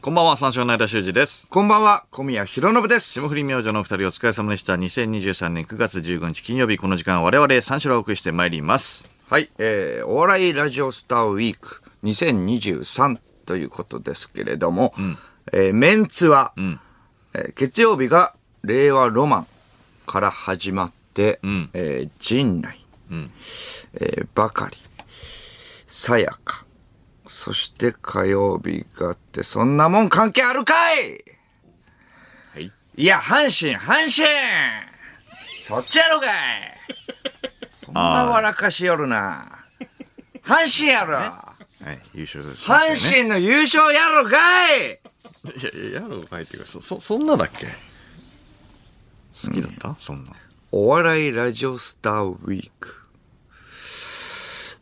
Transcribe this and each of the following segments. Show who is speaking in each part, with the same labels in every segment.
Speaker 1: こんばんは、三四郎の間修二です。
Speaker 2: こんばんは、小宮浩信です。
Speaker 1: 霜降り明星のお二人お疲れ様でした。2023年9月15日金曜日、この時間は我々三四郎をお送りしてまいります。
Speaker 2: はい、えー、お笑いラジオスターウィーク2023ということですけれども、えーメンツは、えー月曜日が令和ロマンから始まって、
Speaker 1: ん
Speaker 2: えー陣内、えーばかり、さやか、そして火曜日があって、そんなもん関係あるかい
Speaker 1: はい。
Speaker 2: いや、阪神、阪神そっちやろかいこんな笑かしよるな。 阪神やろ
Speaker 1: はい、優勝しましたね
Speaker 2: 阪神の優勝やろかい
Speaker 1: いやいや、やろうかいっていうか、そ、そ、そんなだっけ好きだった、そんな。
Speaker 2: お笑いラジオスターウィーク。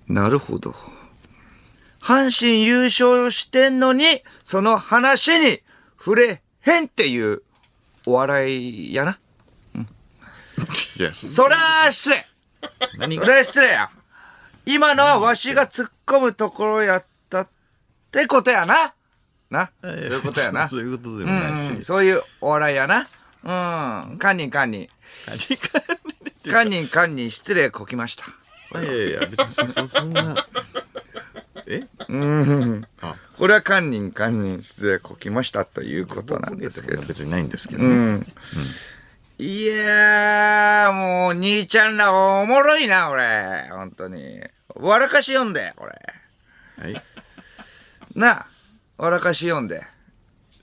Speaker 2: なるほど。阪神優勝してんのに、その話に触れへんっていうお笑いやな。
Speaker 1: いや、
Speaker 2: そら失礼
Speaker 1: 何
Speaker 2: それは失礼や。今のはわしが突っ込むところやったってことやな。な。そういうことや な
Speaker 1: そ。ういうことでもないし。
Speaker 2: うんそういうお笑いやな。うん。堪忍堪忍。
Speaker 1: 何か
Speaker 2: 堪忍堪忍失礼こきました。
Speaker 1: いやいや、別にそ、そそんな。え
Speaker 2: これは堪忍堪忍失礼こきましたということなんですけれど。
Speaker 1: 別にないんですけどね。
Speaker 2: いやー、もう兄ちゃんらおもろいな、俺。本当に。笑かし読んで、これ。
Speaker 1: はい。い
Speaker 2: なあ。笑かし読んで。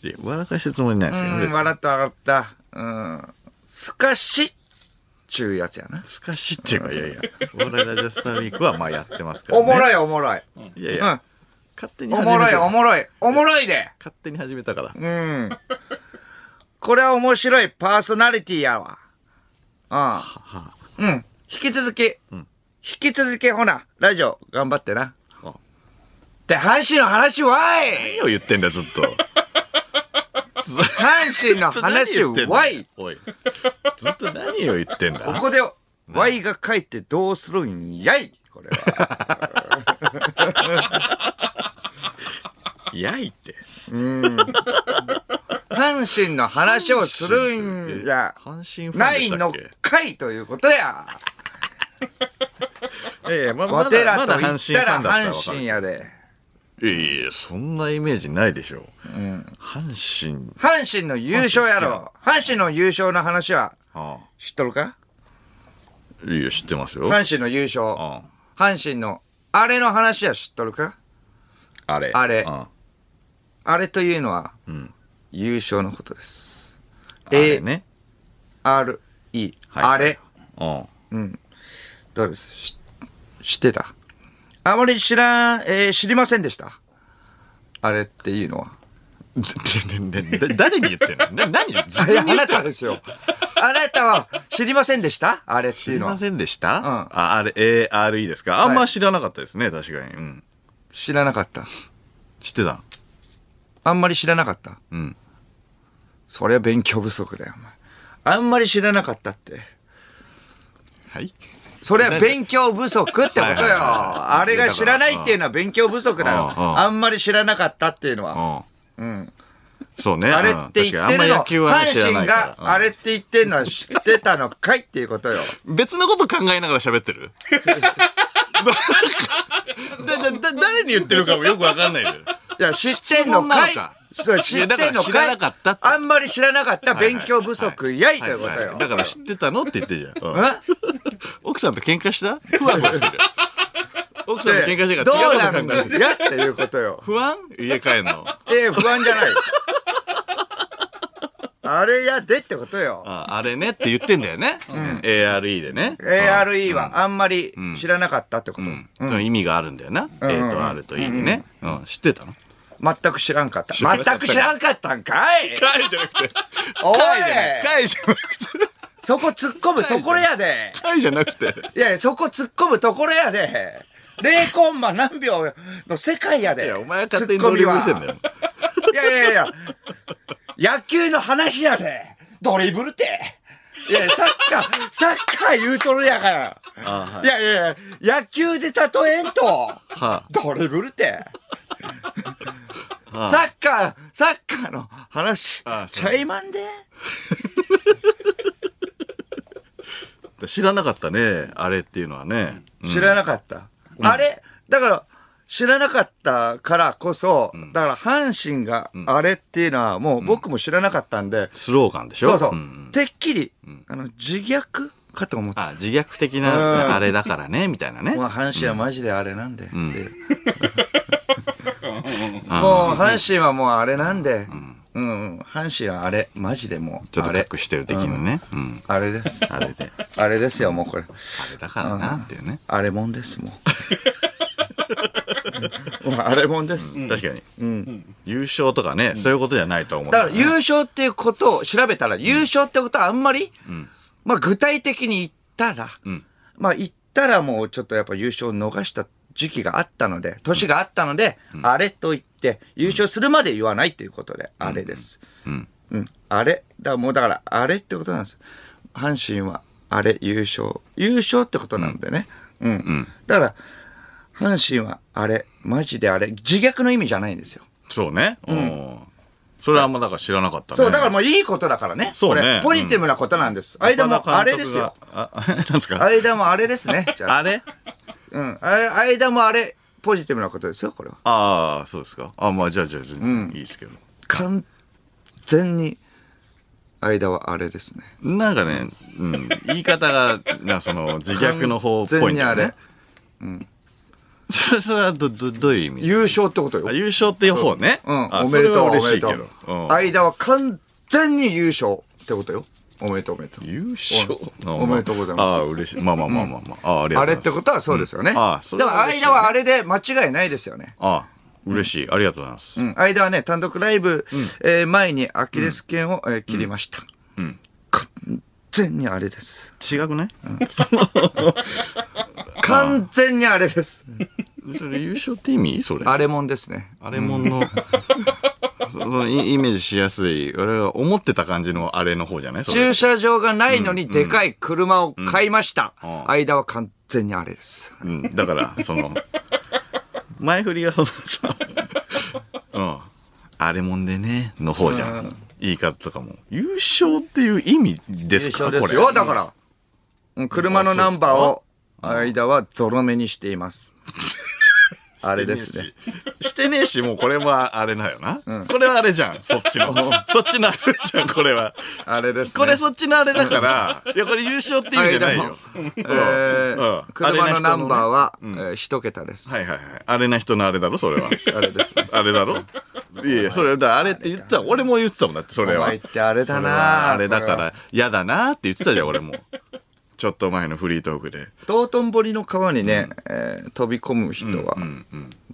Speaker 1: や、笑かしてるつもりないですけどね。
Speaker 2: う
Speaker 1: 別
Speaker 2: ん、
Speaker 1: に
Speaker 2: 笑った笑った。うん。すかし、ちゅうやつやな。
Speaker 1: すかしっていうか、いやいや、我々ラジオスターウィークはまあやってますから、
Speaker 2: お
Speaker 1: ね。
Speaker 2: もろ
Speaker 1: い
Speaker 2: いおもろい。
Speaker 1: いやいうや
Speaker 2: ん、。
Speaker 1: 勝手に
Speaker 2: お
Speaker 1: 始
Speaker 2: も
Speaker 1: め
Speaker 2: ろい
Speaker 1: た
Speaker 2: おもろい。おもろいで。
Speaker 1: 勝手に始めたから。
Speaker 2: うん。これは面白いパーソナリティやわ。うん。うん。引き続き、引き続き、ほな、ラジオ頑張ってな。
Speaker 1: あ
Speaker 2: で、阪神の話わい
Speaker 1: 何を言ってんだよ、ずっと。
Speaker 2: 阪神の
Speaker 1: 何
Speaker 2: 話
Speaker 1: 言ってんだよ
Speaker 2: わい
Speaker 1: おい。ずっと何を言ってんだ
Speaker 2: ここで、ワイが書いてどうするんやいこれは。
Speaker 1: やいって。
Speaker 2: 阪神の話をするんや。
Speaker 1: 阪神ファン
Speaker 2: な
Speaker 1: でし
Speaker 2: い
Speaker 1: たっ
Speaker 2: の
Speaker 1: け
Speaker 2: かいということや。
Speaker 1: ええ、まあま
Speaker 2: お
Speaker 1: だ、ま
Speaker 2: 寺
Speaker 1: だ
Speaker 2: と
Speaker 1: 阪
Speaker 2: 言っ
Speaker 1: 神フ
Speaker 2: た
Speaker 1: ァンだ
Speaker 2: ら
Speaker 1: ったら分
Speaker 2: 阪
Speaker 1: か
Speaker 2: 神
Speaker 1: る。
Speaker 2: やで。
Speaker 1: いやいや、そんなイメージないでしょ。阪神、
Speaker 2: 阪神の優勝やろ。阪神の優勝の話は
Speaker 1: あ
Speaker 2: 知っとるか
Speaker 1: あいや、知ってますよ。
Speaker 2: 阪神の優勝。
Speaker 1: あ
Speaker 2: 阪神のあれの話は知っとるか
Speaker 1: ああれ。
Speaker 2: あれ
Speaker 1: あ
Speaker 2: あれというのは優勝のことです。
Speaker 1: あれね。
Speaker 2: A-R-E。
Speaker 1: はい
Speaker 2: あれ。
Speaker 1: うん。
Speaker 2: どうですし知ってたあまり知らん、えー知りませんでした。あれっていうのは。
Speaker 1: でででで誰に言ってんのな何自
Speaker 2: いや
Speaker 1: 分
Speaker 2: あ
Speaker 1: に言っ
Speaker 2: な
Speaker 1: てん
Speaker 2: た
Speaker 1: の
Speaker 2: ですよ。あなたは知りませんでしたあれって
Speaker 1: 知
Speaker 2: いう
Speaker 1: り
Speaker 2: のは
Speaker 1: ま。せんでした、
Speaker 2: ん
Speaker 1: ああれ、ARE ですかあん
Speaker 2: は
Speaker 1: ま
Speaker 2: い
Speaker 1: 知らなかったですね、確かに。うん。
Speaker 2: 知らなかった。
Speaker 1: 知ってた
Speaker 2: あんまり知らなかった。
Speaker 1: ん
Speaker 2: そりゃ勉強不足だよ、お前。あんまり知らなかったって。
Speaker 1: はい。
Speaker 2: それは勉強不足ってこと
Speaker 1: は
Speaker 2: よ。
Speaker 1: いはいはいはい
Speaker 2: あれが知らないっていうのは勉強不足だよ。
Speaker 1: うんうん
Speaker 2: あんまり知らなかったっていうのは。
Speaker 1: うん。そうね。
Speaker 2: あれって
Speaker 1: うん確
Speaker 2: 言っ
Speaker 1: かにあん
Speaker 2: てる
Speaker 1: ま
Speaker 2: の、
Speaker 1: 野球はね知
Speaker 2: 阪
Speaker 1: らないか
Speaker 2: 神
Speaker 1: ら
Speaker 2: があ
Speaker 1: れ
Speaker 2: れって言ってるのは知ってたのかいっていうことよ。
Speaker 1: 別のこと考えながら喋ってる だだだ誰に言ってるかもよくわかんないけど
Speaker 2: いや、知ってんのかい
Speaker 1: 質問なのか
Speaker 2: そう知ってんの
Speaker 1: いやだから
Speaker 2: かい
Speaker 1: 知らなかったって
Speaker 2: あんまり知らなかった勉強不足やいということ
Speaker 1: はは
Speaker 2: よ
Speaker 1: は。だから知ってたのって言ってるじゃん、うん
Speaker 2: え
Speaker 1: 奥さんと喧嘩したふわふわしてる奥さんと喧嘩してる
Speaker 2: ど
Speaker 1: から
Speaker 2: う
Speaker 1: 違うこ
Speaker 2: な
Speaker 1: と考
Speaker 2: ん
Speaker 1: えてる
Speaker 2: やっていうことよ。
Speaker 1: 不安家帰んの
Speaker 2: ええ、不安じゃない。あれやでってことよ。
Speaker 1: ああれねって言ってんだよね、ARE でね
Speaker 2: ARE はあんまり知らなかったってこと。
Speaker 1: うんその意味があるんだよな、A と R と E にね、うん知ってたの
Speaker 2: 全く知らんかった。全く知らんかったんかい
Speaker 1: 帰じゃなくて
Speaker 2: おい
Speaker 1: 帰じゃなくて
Speaker 2: そこ突っ込むところやで。
Speaker 1: 回じゃなくて。
Speaker 2: いやいや、そこ突っ込むところやで。0コンマ何秒の世界やで。
Speaker 1: いや、お前が勝手にドリブルしてんだよ。
Speaker 2: 突っ込みは。いやいやいや、野球の話やで。ドリブルって。いやいや、サッカー、サッカー言うとるやから。い、やいやいや、野球で例えんと。
Speaker 1: は
Speaker 2: ドリブルって。サッカー、サッカーの話
Speaker 1: ああ、
Speaker 2: ちゃいまんで。
Speaker 1: 知らなかったね、あれっていうのはね。
Speaker 2: 知らなかった。あれだから、知らなかったからこそ、だから阪神があれっていうのはもう僕も知らなかったんで、
Speaker 1: スローガンでしょ
Speaker 2: そうそう、
Speaker 1: ん
Speaker 2: てっきり、あの、自虐かと思ってた。
Speaker 1: あ、自虐的
Speaker 2: うん
Speaker 1: なあれだからね、みたいなね。
Speaker 2: もう阪神はマジであれなんで。ってもう阪神はもうあれなんで。うん、うん、阪神はあれ、マジでも
Speaker 1: ち
Speaker 2: う、
Speaker 1: ょっ
Speaker 2: あ
Speaker 1: と
Speaker 2: れ、
Speaker 1: 隠してる的なね。うん。
Speaker 2: あれです。
Speaker 1: あれで。
Speaker 2: あれですよ、もうこれ。
Speaker 1: あれだからな、っていうね。
Speaker 2: あれもんです、も う。もうあれもんです。
Speaker 1: 確かに。優勝とかね、そういうことじゃないと思う。
Speaker 2: だから優勝っていうことを調べたら、優勝ってことはあんまり、まあ具体的に言ったら、まあ言ったらもうちょっとやっぱ優勝を逃した時期があったので、年があったので、あれと言って、優勝するまで言わないということで、あれです。うん、あれ。だからもうだから、あれってことなんです。阪神は、あれ、優勝。優勝ってことなんでね。うん。だから、阪神は、あれ、マジであれ、自虐の意味じゃないんですよ。
Speaker 1: そうね。うん。それはあんまだから知らなかったね。
Speaker 2: そう、だからもういいことだからね。
Speaker 1: そうね
Speaker 2: これポジティブなことなんです。間もあれですよ。
Speaker 1: あ。あ なんですか
Speaker 2: 間もあれです ね。じゃあ。
Speaker 1: あれ
Speaker 2: うん。あれ間もあれ、ポジティブなことですよ、これは。
Speaker 1: ああ、そうですか。あまあじゃあじゃあ全然いいですけど。
Speaker 2: 完全に、間はあれですね。
Speaker 1: なんかね、うん、言い方が、なんかその、自虐の方っぽいんだよ
Speaker 2: 完全にあ
Speaker 1: ね
Speaker 2: れ。
Speaker 1: それ、それはど、ど、どういう意味
Speaker 2: 優勝ってことよ
Speaker 1: あ。優勝っていう方ね。
Speaker 2: うん。
Speaker 1: あ
Speaker 2: おめ
Speaker 1: それ
Speaker 2: でとう、
Speaker 1: は
Speaker 2: おめ
Speaker 1: 嬉し
Speaker 2: で
Speaker 1: い
Speaker 2: と
Speaker 1: けど。う
Speaker 2: う。
Speaker 1: ん
Speaker 2: 間は完全に優勝ってことよ。おめでとう、おめでとう。
Speaker 1: 優勝
Speaker 2: おおめでとうございます
Speaker 1: ああ、嬉しい。まあまあまあまあまあ。ああ、ありが
Speaker 2: あ
Speaker 1: と
Speaker 2: れ
Speaker 1: う
Speaker 2: っ
Speaker 1: ござ
Speaker 2: て
Speaker 1: います。
Speaker 2: ことはそうですよね。
Speaker 1: うんああそれ
Speaker 2: だから
Speaker 1: は嬉しい
Speaker 2: 間はあれで間違いないですよね。
Speaker 1: ああ、嬉しい。ありがとうございます
Speaker 2: う。ん、間はね、単独ライブ、えー前にアキレス腱を、えー切りました。完全にあれです。
Speaker 1: 違くない
Speaker 2: 完全にあれです。
Speaker 1: それ優勝って意味それ。
Speaker 2: あれもんですね。
Speaker 1: あれもんの、そそのイイメージしやすい、俺が思ってた感じのあれの方じゃないそれ
Speaker 2: 駐車場がないのにでかい車を買いました。
Speaker 1: ん
Speaker 2: 間は完全にあれです。
Speaker 1: うん、だから、その、前振りがそのさ、うん、あれもんでね、の方じゃん。言い方とかも。優勝っていう意味ですか
Speaker 2: そうです
Speaker 1: こ
Speaker 2: よ。
Speaker 1: れ
Speaker 2: だから、うん車のナンバーを間はゾロ目にして います。あれですね。
Speaker 1: してねえし、もうこれはあれだよな。これはあれじゃん、そっちの。そっちのあれじゃん、これは。
Speaker 2: あれですね。
Speaker 1: これそっちのあれだから、いや、これ優勝って意味じゃないよ。
Speaker 2: えー
Speaker 1: うん
Speaker 2: 車のナンバーは、え
Speaker 1: うん
Speaker 2: ー一桁です。
Speaker 1: はいはいはい。あれな人のあれだろ、それは。
Speaker 2: あれですね。
Speaker 1: あれだ ろいやいや、それ、だからあれって言ってた、俺も言ってたもんだって、それ
Speaker 2: お
Speaker 1: は。
Speaker 2: 前ってあれだ
Speaker 1: それは
Speaker 2: な
Speaker 1: あれだから、嫌だなって言ってたじゃん、俺も。ちょっと前のフリートークで。
Speaker 2: 道頓堀の川にね、えー飛び込む人は、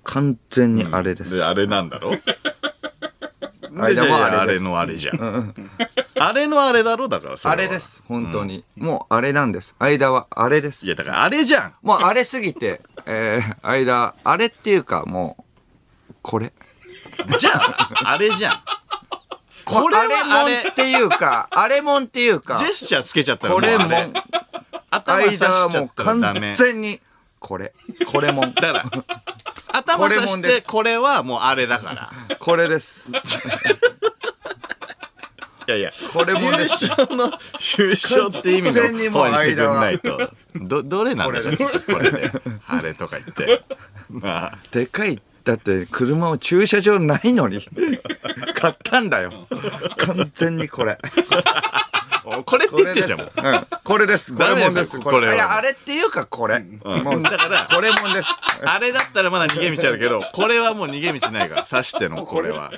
Speaker 2: 完全にあれです、
Speaker 1: で、あれなんだろで、
Speaker 2: あれ
Speaker 1: じゃあいやあ
Speaker 2: あれで
Speaker 1: れ
Speaker 2: す
Speaker 1: のあれじゃん。あれのあれだろだから、それ
Speaker 2: あ
Speaker 1: は
Speaker 2: れで。す本当に、もうあれなんです間はあれで
Speaker 1: い
Speaker 2: す
Speaker 1: や、だからあれじゃん
Speaker 2: もうあれすぎて、 えー間あれっていうかもうこれ
Speaker 1: じゃあ、あれじゃん。こ
Speaker 2: こ
Speaker 1: れ
Speaker 2: れ
Speaker 1: は
Speaker 2: あ
Speaker 1: あ
Speaker 2: れもん
Speaker 1: れ
Speaker 2: っ。ていうか あれもんっていうか
Speaker 1: ジェスチャーつけちゃったらも
Speaker 2: こ
Speaker 1: うあ
Speaker 2: れ
Speaker 1: れ。
Speaker 2: もん
Speaker 1: 頭刺しち
Speaker 2: 間はも
Speaker 1: ゃ
Speaker 2: う
Speaker 1: ったらダ
Speaker 2: 完
Speaker 1: メ。
Speaker 2: 全にこれこれもん
Speaker 1: だから、頭刺
Speaker 2: これもん
Speaker 1: し
Speaker 2: で
Speaker 1: て
Speaker 2: す
Speaker 1: これはもうあれだから。
Speaker 2: これです
Speaker 1: いやいや、
Speaker 2: これもん
Speaker 1: 優
Speaker 2: です
Speaker 1: 勝の、優勝って意味
Speaker 2: 完全に
Speaker 1: の
Speaker 2: もう
Speaker 1: 本にしてく
Speaker 2: 間
Speaker 1: ん
Speaker 2: は
Speaker 1: ないと。ど、どれなんだろうこれで。あれとか言って。まあ、
Speaker 2: でかいだって車を駐車場ないのに買ったんだよ完全にこれ
Speaker 1: おこれって言ってんじゃんもう。
Speaker 2: うんこれですこ
Speaker 1: ダ
Speaker 2: れ
Speaker 1: メ
Speaker 2: も
Speaker 1: で
Speaker 2: ん
Speaker 1: す
Speaker 2: です
Speaker 1: よ
Speaker 2: こ
Speaker 1: これ
Speaker 2: れ
Speaker 1: はい
Speaker 2: やあれっていうかこれもう
Speaker 1: だから
Speaker 2: これもんです
Speaker 1: あれだったらまだ逃げ道あるけど、これはもう逃げ道ないから、刺してのこれは。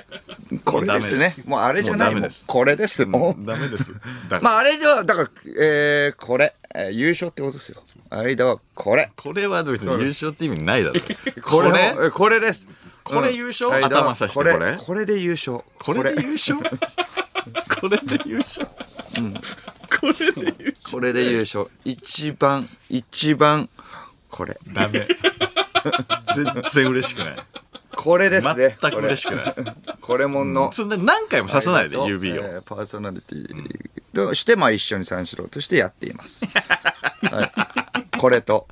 Speaker 2: これですねもうあれじゃない
Speaker 1: もうダメ
Speaker 2: もん
Speaker 1: です
Speaker 2: これですもう
Speaker 1: ダメです。だから
Speaker 2: まああれではだからえーこれえー優勝ってことですよ間はこれ
Speaker 1: これは別に優勝って意味ないだろ。
Speaker 2: これもえーこれです
Speaker 1: これ
Speaker 2: うん
Speaker 1: 優勝
Speaker 2: 間は
Speaker 1: 頭さしてこれ
Speaker 2: これで優勝
Speaker 1: これで優勝これで優勝
Speaker 2: これで優勝一番一番これ
Speaker 1: ダ メ。全然嬉しくない。
Speaker 2: これですね。
Speaker 1: 全く嬉しくない。
Speaker 2: これもんの。
Speaker 1: そんな何回も刺さないで、
Speaker 2: えーと
Speaker 1: 指
Speaker 2: え
Speaker 1: を。
Speaker 2: ーパーソナリティとして、まあ一緒に三四郎としてやって います。はい、これと。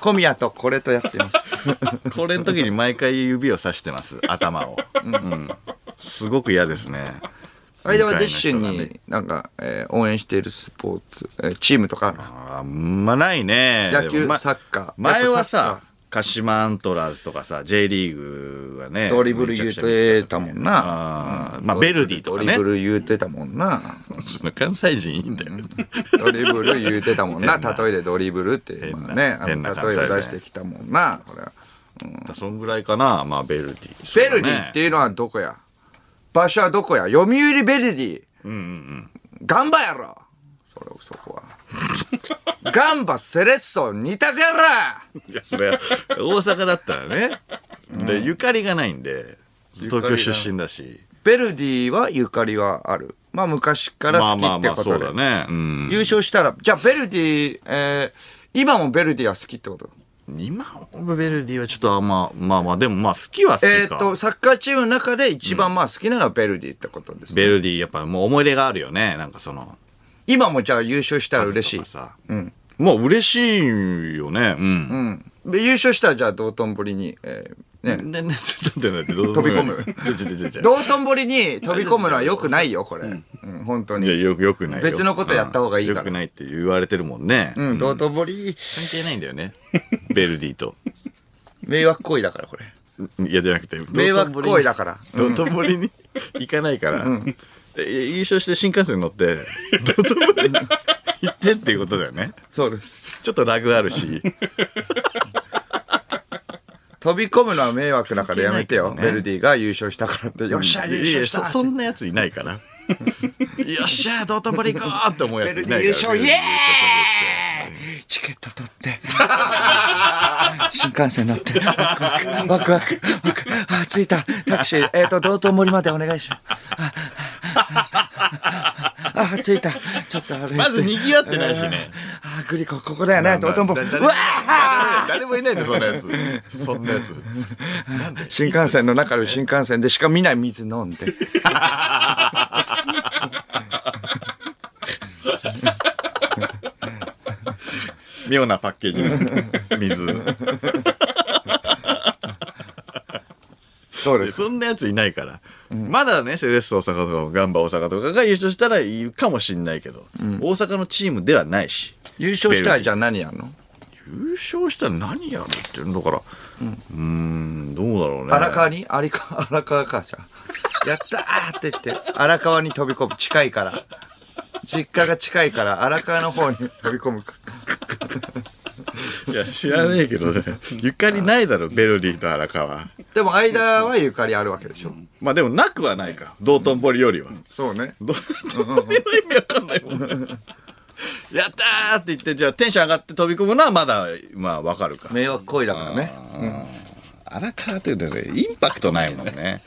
Speaker 2: 小宮とこれとやっています。
Speaker 1: これの時に毎回指をさしてます頭を、うんすごく嫌ですね
Speaker 2: 間はディッシ
Speaker 1: 向かいの
Speaker 2: ュ
Speaker 1: 人がね
Speaker 2: になんか、えー応援しているスポーツ、えーチームとかある
Speaker 1: あんまないね
Speaker 2: 野
Speaker 1: で
Speaker 2: 球
Speaker 1: もま
Speaker 2: サッカー
Speaker 1: 前は
Speaker 2: やっぱ
Speaker 1: さ鹿島アントラーズとかさ J リーグはね
Speaker 2: ドリブル言うてたもんな。
Speaker 1: あーまあベルディと
Speaker 2: ド
Speaker 1: か
Speaker 2: リ
Speaker 1: ね
Speaker 2: ブル言うてたもんな。
Speaker 1: その関西人いいんだ よね
Speaker 2: ドリブル言うてたも んな。例えでドリブルっていう、
Speaker 1: 変な
Speaker 2: まあね、あ
Speaker 1: 変な
Speaker 2: の
Speaker 1: 関西
Speaker 2: 例え
Speaker 1: 弁
Speaker 2: を出してきたもんな。これは
Speaker 1: そんぐらいかなまあベルディ
Speaker 2: ベルディ
Speaker 1: そうだね
Speaker 2: っていうのはどこや場所はどこや読売ベルディ。ガンバやろそれそこは。 ガンバセレッソ二択やろ
Speaker 1: いやそれ大阪だったらねでゆかりがないんで東京出身だし
Speaker 2: ベルディはゆかりはある。まあ昔から
Speaker 1: まあ
Speaker 2: 好き
Speaker 1: まあ
Speaker 2: って
Speaker 1: まあ
Speaker 2: こ
Speaker 1: そ
Speaker 2: と
Speaker 1: う
Speaker 2: で
Speaker 1: だ。ねうん
Speaker 2: 優勝したら、じゃあベルディ、えー今もベルディは好きってこと
Speaker 1: 今のベルディはちょっとあんままあまあでもまあ好きは好きか
Speaker 2: えーっと、サッカーチームの中で一番まあ好きなのはベルディってことです、ね
Speaker 1: ベルディやっぱもう思い入れがあるよねなんかその
Speaker 2: 今もじゃあ優勝したら嬉しい
Speaker 1: とか。さ、まあ嬉しいよねうん、
Speaker 2: で優勝したらじゃあ道頓堀に、えーね、
Speaker 1: でねちょっと待って飛
Speaker 2: 飛び込む
Speaker 1: ちょちょちょちょ
Speaker 2: 道頓堀に飛び込むのは良くないよ、これ。うん、本当
Speaker 1: いや
Speaker 2: に。
Speaker 1: よくよくないよ
Speaker 2: 別のことやった方がいいから
Speaker 1: よくないって言われてるもんね、
Speaker 2: うん、道頓堀、
Speaker 1: 関係ないんだよねベルディと
Speaker 2: 迷惑行為だから、これ。
Speaker 1: いやじゃなくて
Speaker 2: 迷惑行為だ
Speaker 1: か
Speaker 2: から。
Speaker 1: 道頓堀に行かないから、え優勝して新幹線に乗って道頓堀に行ってっていうことだよね
Speaker 2: そうです。
Speaker 1: ちょっとラグあるし
Speaker 2: 飛び込むのは迷惑だからやめてよ。
Speaker 1: いけないけどね
Speaker 2: ベルディが優勝したからって。よっしゃ、
Speaker 1: いや
Speaker 2: 優
Speaker 1: い
Speaker 2: 勝
Speaker 1: や
Speaker 2: した
Speaker 1: そそんなやついないからよっしゃ道頓堀行こうって思うやついないから
Speaker 2: ベルディ優勝
Speaker 1: ベルディ優勝して
Speaker 2: チケット取って。新幹線乗って。ワクワク。ワクワク。あ、着いた。タクシー。えっ、と、道頓堀までお願いします。あ、あ着いた。ちょっと歩いて。
Speaker 1: まず賑わってないしね
Speaker 2: あ、グリコ、ここだよね。道頓堀。
Speaker 1: だだ
Speaker 2: うわあ
Speaker 1: 誰もいないんだよそんなやつそんなやつ
Speaker 2: 新幹線の中の新幹線でしか見ない水 飲んで。
Speaker 1: 妙なパッケージの水
Speaker 2: そうです。
Speaker 1: そんなやついないから、まだねセレッソ大阪とかガンバ大阪とかが優勝したらいるかもしんないけど、大阪のチームではないし
Speaker 2: 優勝したらじゃあ何やんの
Speaker 1: 優勝したら何やるってんだからうんんどうだろうね
Speaker 2: 荒川に荒川荒川かじゃあやったーって言って荒川に飛び込む近いから実家が近いから荒川の方に飛び込むか
Speaker 1: いや知らねえけどねゆかりないだろベルディと荒川
Speaker 2: でも間はゆかりあるわけでしょ
Speaker 1: まあでもなくはないか道頓堀よりは
Speaker 2: そうね
Speaker 1: 道頓堀の意味わかんないもんねやったーって言ってじゃあテンション上がって飛び込むのはまだまあわかるか
Speaker 2: 迷惑行為だからね
Speaker 1: 荒川っていうのはねインパクトないもんね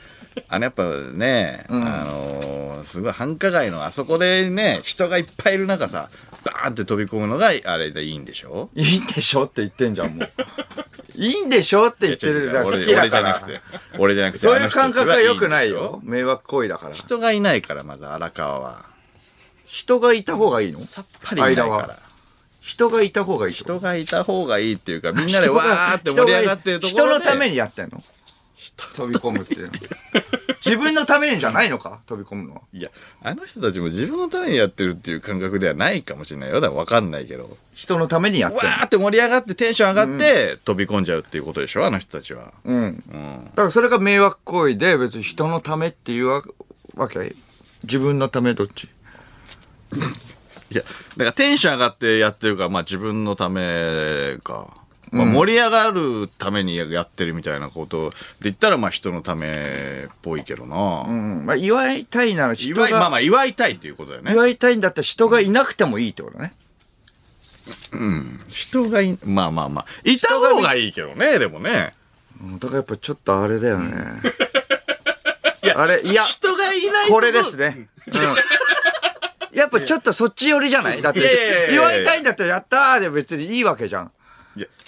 Speaker 1: あのやっぱね、あのーすごい繁華街のあそこでね人がいっぱいいる中さバーンって飛び込むのがあれでいいんでしょ
Speaker 2: いいんでしょって言ってんじゃんもういいんでしょって言ってる
Speaker 1: 俺
Speaker 2: が好きだ
Speaker 1: 俺じ
Speaker 2: か
Speaker 1: ゃな
Speaker 2: ら
Speaker 1: くて俺じゃなくて
Speaker 2: そうい
Speaker 1: あ
Speaker 2: う
Speaker 1: の人た
Speaker 2: 感
Speaker 1: ちは
Speaker 2: 覚は良くない
Speaker 1: んでしょ
Speaker 2: よ迷惑行為だから
Speaker 1: 人がいないからまず荒川は
Speaker 2: 人がいた方がいいの
Speaker 1: さっぱりいないか
Speaker 2: 間
Speaker 1: ら
Speaker 2: は人がいた方がいい
Speaker 1: 人
Speaker 2: 人
Speaker 1: がいた方がいいっていうかみんなでわーって盛り上がってるところ
Speaker 2: 人
Speaker 1: で
Speaker 2: のためにやってんの飛び込むっていうの自分のためにじゃないのか飛び込むのはい
Speaker 1: やあの人たちも自分のためにやってるっていう感覚ではないかもしれないよだから分かんないけど
Speaker 2: 人のためにやっ
Speaker 1: わ
Speaker 2: てんの
Speaker 1: ーって盛り上がってテンション上がって、飛び込んじゃうっていうことでしょあの人たちは、
Speaker 2: うん
Speaker 1: うん、
Speaker 2: だからそれが迷惑行為で別に人のためっていうわわけ自分のためどっち
Speaker 1: いやだからテンション上がってやってるからまあ自分のためか、まあ、盛り上がるためにやってるみたいなことで言ったらまあ人のためっぽいけどな、
Speaker 2: うんまあ祝いたいなら人
Speaker 1: 祝いまあま
Speaker 2: が
Speaker 1: あ祝いたいっていうことだよね
Speaker 2: 祝いたいんだったら人がいなくてもいいってことね
Speaker 1: 人がいまあまあまあいた方がいいけどねでもね
Speaker 2: うんだからやっぱちょっとあれだよね
Speaker 1: いや
Speaker 2: あれいや
Speaker 1: 人がいない
Speaker 2: これですね。うん、やっぱちょっとそっち寄りじゃないだって
Speaker 1: いやいやいやいや
Speaker 2: 言われたいんだったらやったーで別にいいわけじゃん。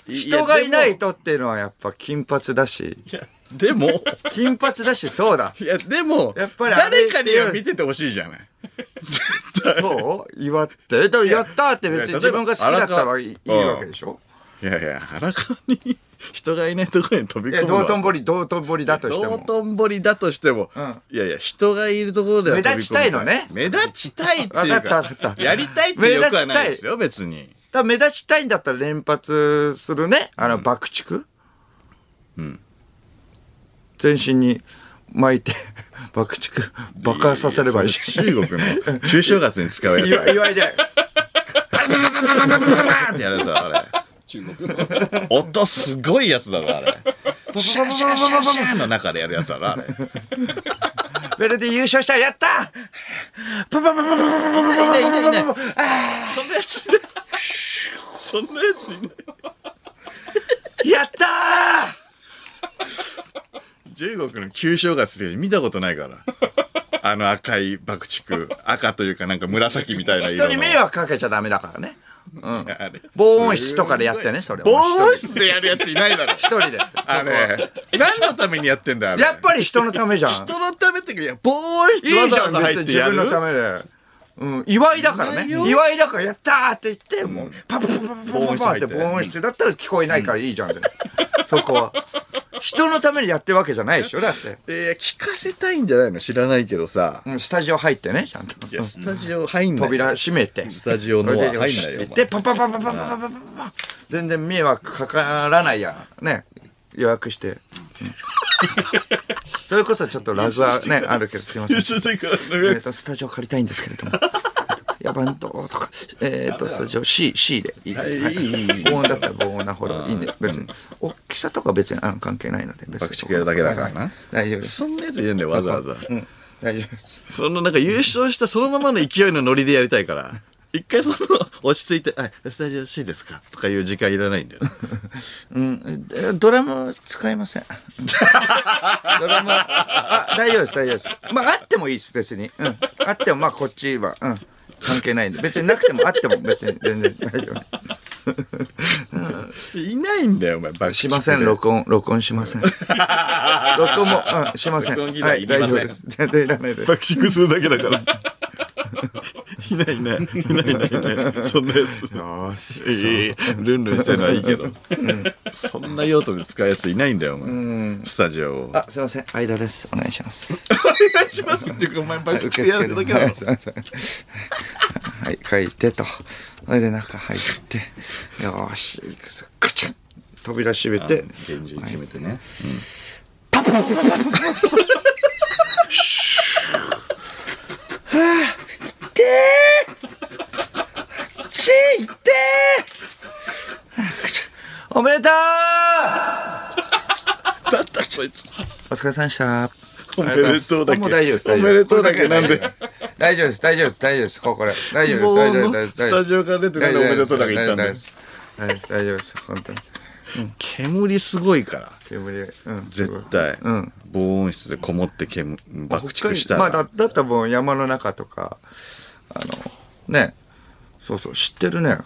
Speaker 2: 人がいないとっていうのはやっぱ金髪だし、
Speaker 1: いやでも
Speaker 2: 金髪だしそうだ。
Speaker 1: い やでも
Speaker 2: やっぱりあ
Speaker 1: 誰
Speaker 2: れ
Speaker 1: かには見ててほしいじゃない
Speaker 2: そう祝って。だからやったーって別に自分が好きだったらいい
Speaker 1: いや例えば
Speaker 2: わけでしょ
Speaker 1: いやいや荒川に人がいないところに飛び
Speaker 2: いや
Speaker 1: 込むのは
Speaker 2: 道頓堀道頓堀だとして
Speaker 1: 道
Speaker 2: も
Speaker 1: 頓堀だとしても、
Speaker 2: ん
Speaker 1: いやいや人がいるところでは
Speaker 2: 目立ちたいのね
Speaker 1: 目立ちたいっていうか
Speaker 2: わかったわかった
Speaker 1: やりたいってよくはないですよ別に
Speaker 2: だから目立ちたいんだったら連発するねあの爆竹、全身に巻いて爆竹爆破させればいいじ
Speaker 1: ややそれ中国の旧正月に使う
Speaker 2: ゃ
Speaker 1: や
Speaker 2: ん
Speaker 1: つ
Speaker 2: 祝い祝いで
Speaker 1: バーンってやるやつだろあれ音すごいやつだろあれシャンシャンシャンシャンの中でやるやつだろあれ
Speaker 2: ベルで優勝したやったパパパパパパパパパパパ
Speaker 1: そんなやつそんなやついない
Speaker 2: やった
Speaker 1: 中国の旧正月って見たことない からあの赤い爆竹赤というかなんか紫みたいな
Speaker 2: ー
Speaker 1: 色
Speaker 2: 人
Speaker 1: の
Speaker 2: に迷惑かけちゃダメだからね
Speaker 1: あれ
Speaker 2: 防音室とかでやってねそれ
Speaker 1: 防
Speaker 2: 一
Speaker 1: 音室でやるやついないだ ろ
Speaker 2: 人で
Speaker 1: あれ何のためにやってんだよあれ
Speaker 2: やっぱり人のためじゃん
Speaker 1: 人のためってかいや防音
Speaker 2: い
Speaker 1: 室わ
Speaker 2: いじ
Speaker 1: ざ
Speaker 2: ゃ
Speaker 1: わ
Speaker 2: ん
Speaker 1: ざ
Speaker 2: 別
Speaker 1: 入
Speaker 2: に
Speaker 1: って
Speaker 2: 自
Speaker 1: やる
Speaker 2: 分のためでうん、祝いだからね
Speaker 1: いないよ
Speaker 2: 祝いだからやったーって言ってもうパパパパパパパって
Speaker 1: 防
Speaker 2: 防
Speaker 1: 音
Speaker 2: 音室だったら聞こえないからいいじゃんってそこは人のためにやってるわけじゃないでしょだって、
Speaker 1: えー聞かせたいんじゃないの知らないけどさ
Speaker 2: うん、スタジオ入ってねちゃんと
Speaker 1: いやスタジオ入んない
Speaker 2: 扉閉めて
Speaker 1: スタジオの
Speaker 2: それ
Speaker 1: は
Speaker 2: で
Speaker 1: 入ん
Speaker 2: よ
Speaker 1: ない
Speaker 2: しって
Speaker 1: よ
Speaker 2: 言ってパパパパパパパパパパ全然迷惑かからないやんね予約して、うんそれこそちょっとラグは ねあるけどすいませんえー、とスタジオ借りたいんですけれども。 えーと野蛮党とか、えっ、と、スタジオ C、C でいいです。はい
Speaker 1: いいいいいい
Speaker 2: 防音だったら防音なほどいいんで、別に。大きさとか別にあの関係ないので、別に
Speaker 1: 爆竹やるだけだからな
Speaker 2: 大丈夫です。
Speaker 1: そんなやついるんだよわざわざ
Speaker 2: うん、大丈夫です。
Speaker 1: そのなんか優勝したそのままの勢いのノリでやりたい から一回その落ち着いて「あスタジオ C ですか?」とかいう時間いらないんだよ
Speaker 2: うん、えドラム使いません。 ドラム、あ、大丈夫です、大丈夫です。まあ、あってもいいです、別に。うん。あっても、まあ、こっちは、うん。関係ないんで、別になくてもあっても別に全然大丈夫。
Speaker 1: いないんだよお前爆竹
Speaker 2: しません、
Speaker 1: で
Speaker 2: 録音、録音し ません。録音も、うん、しません。
Speaker 1: 録音機
Speaker 2: は
Speaker 1: 材
Speaker 2: い、
Speaker 1: いり
Speaker 2: 大
Speaker 1: ませ
Speaker 2: 丈
Speaker 1: ん
Speaker 2: 夫です。全然いらないです。
Speaker 1: 爆竹するだけだからいないいないいないいないいないそんなやつ
Speaker 2: よし。
Speaker 1: いいいいルンルンしてるのはいいけど、そんな用途で使うやついないんだよお前、スタジオを
Speaker 2: あ、すいません。間です。お願いします。
Speaker 1: お願いしますっていうかお前爆竹やるだけだ
Speaker 2: は
Speaker 1: ろ
Speaker 2: い、すいません。はい、書いてと。それで中入って。よーし、いくぞ。くちゃっ扉閉めて。
Speaker 1: 厳重に決めてね、
Speaker 2: てーちいってーくちゃおめでとう
Speaker 1: だったらそいつ
Speaker 2: お疲れさんでした。
Speaker 1: おめでとうだけ
Speaker 2: もう大丈夫です。
Speaker 1: おめでとうだけなんで
Speaker 2: 大丈夫です。大丈夫です。大丈夫です。ここれ。大丈夫です。大丈夫です。
Speaker 1: スタジオから出てなんでおめでとうだけ言ったんだ
Speaker 2: 大
Speaker 1: よ
Speaker 2: 丈夫です。大丈夫です。本当に。
Speaker 1: 煙すごいから
Speaker 2: 煙。うん。
Speaker 1: 絶対、
Speaker 2: うん
Speaker 1: 防音室でこもって煙爆竹したら、
Speaker 2: まあ、だだったらもう山の中とか、あの、ね。そうそう、知ってるね。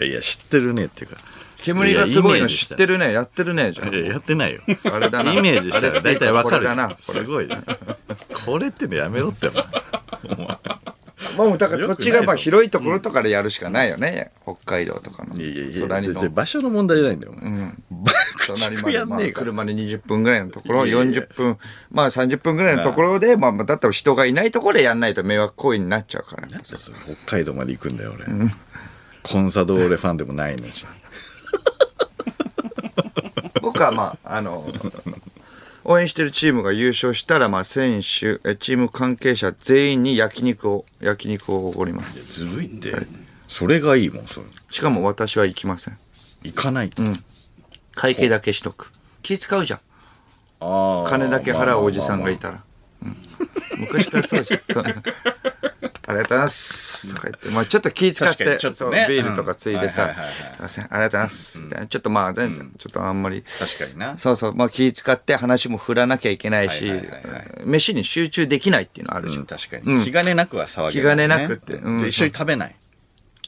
Speaker 1: いや知ってるねっていうか
Speaker 2: 煙がすごい
Speaker 1: や
Speaker 2: の
Speaker 1: イメージし
Speaker 2: 知
Speaker 1: た
Speaker 2: ってるね。やってるね。じゃ
Speaker 1: いややってないよ
Speaker 2: あれだな
Speaker 1: イメージしたら大体わかるじゃん
Speaker 2: これだなこれ
Speaker 1: すごいねこれってのやめろってお前
Speaker 2: あ。もう、だから
Speaker 1: よくない
Speaker 2: 土地がまあ広いところとかでやるしかないよね。北海道とかの。
Speaker 1: いやいやいや
Speaker 2: 隣の
Speaker 1: で。場所の問題じゃないんだよ、お前爆
Speaker 2: 隣ま
Speaker 1: 竹
Speaker 2: で、
Speaker 1: やん
Speaker 2: まあ
Speaker 1: ねえ、から、
Speaker 2: 車で20分ぐらいのところ、
Speaker 1: いやいや
Speaker 2: 40分、まあ30分ぐらいのところで、まあ、まあだったら人がいないところでやんないと迷惑行為になっちゃうからね。
Speaker 1: そうそう北海道まで行くんだよ俺、コンサドーレファンでもないのにさ
Speaker 2: 僕はまあ、あの、応援してるチームが優勝したら、まあ、選手、えチーム関係者全員に焼肉を、焼肉をおごります。
Speaker 1: ずるいってそれがいいもんそれ
Speaker 2: しかも私は行きません。
Speaker 1: 行かない、あ
Speaker 2: 会計だけしとく。気使うじゃん。
Speaker 1: あ
Speaker 2: 金だけ払うおじさんがいたら。うん昔からそうじゃん。そうありがとうございます。とか言って、まあちょっと気使っ
Speaker 1: 確か
Speaker 2: て、
Speaker 1: にちょっ
Speaker 2: そう
Speaker 1: と
Speaker 2: ビ
Speaker 1: ね
Speaker 2: ールとかついで
Speaker 1: うん
Speaker 2: さ
Speaker 1: はいはいはい、
Speaker 2: すいません、ありがとうございます。みたいなちょっとまあ、ねちょっとあんまり、
Speaker 1: 確かにな
Speaker 2: そうそう、まあ気使って話も振らなきゃいけないし
Speaker 1: はいはいはいは、
Speaker 2: 飯に集中できないっていうのあるじゃ
Speaker 1: うん
Speaker 2: ん。
Speaker 1: 確かに、気兼ねなくは騒げない、
Speaker 2: 気兼ねなくってうん
Speaker 1: で一緒に食べない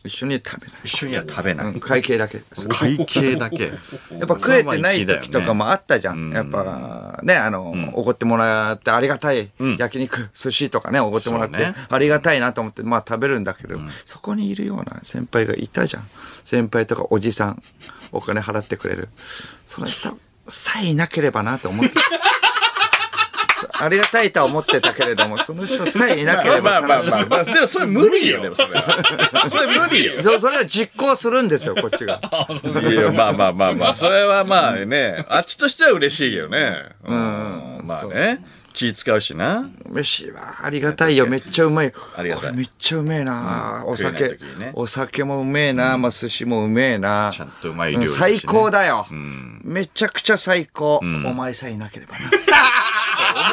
Speaker 2: 一緒には食べない。
Speaker 1: 一緒には食べない、
Speaker 2: うん会計だけです。
Speaker 1: 会計だけ
Speaker 2: やっぱ食えてない時とか
Speaker 1: も
Speaker 2: もあったじゃん。やっぱね、あの、おごってもらってありがたい、焼肉、寿司とかね、おごってもらっ
Speaker 1: そう
Speaker 2: て
Speaker 1: ね
Speaker 2: ありがたいなと思って、まあ食べるんだけど、そこにいるような先輩がいたじゃん。先輩とかおじさん、お金払ってくれる。その人さえいなければなと思って。ありがたい とは思ってたけれども、その人さえいなければ
Speaker 1: まあまあまあ まあでもそれ無理よでもそれは それ無理よ
Speaker 2: そうそれは実行するんですよ、こっ ちが。
Speaker 1: いやまあまあまあまあそれはまあねあっちとしては嬉しいけどねうんまあね気使うしな
Speaker 2: 飯はありがたいよ。めっちゃうまい。
Speaker 1: ありがたい
Speaker 2: これめっちゃうめえな。お
Speaker 1: 食えな
Speaker 2: 酒
Speaker 1: い時にね、
Speaker 2: お酒もうめえな。まあ寿司もうめえな。
Speaker 1: ちゃんとうまい料理だしね
Speaker 2: 最高だよ。めちゃくちゃ最高。お前さえいなければ な。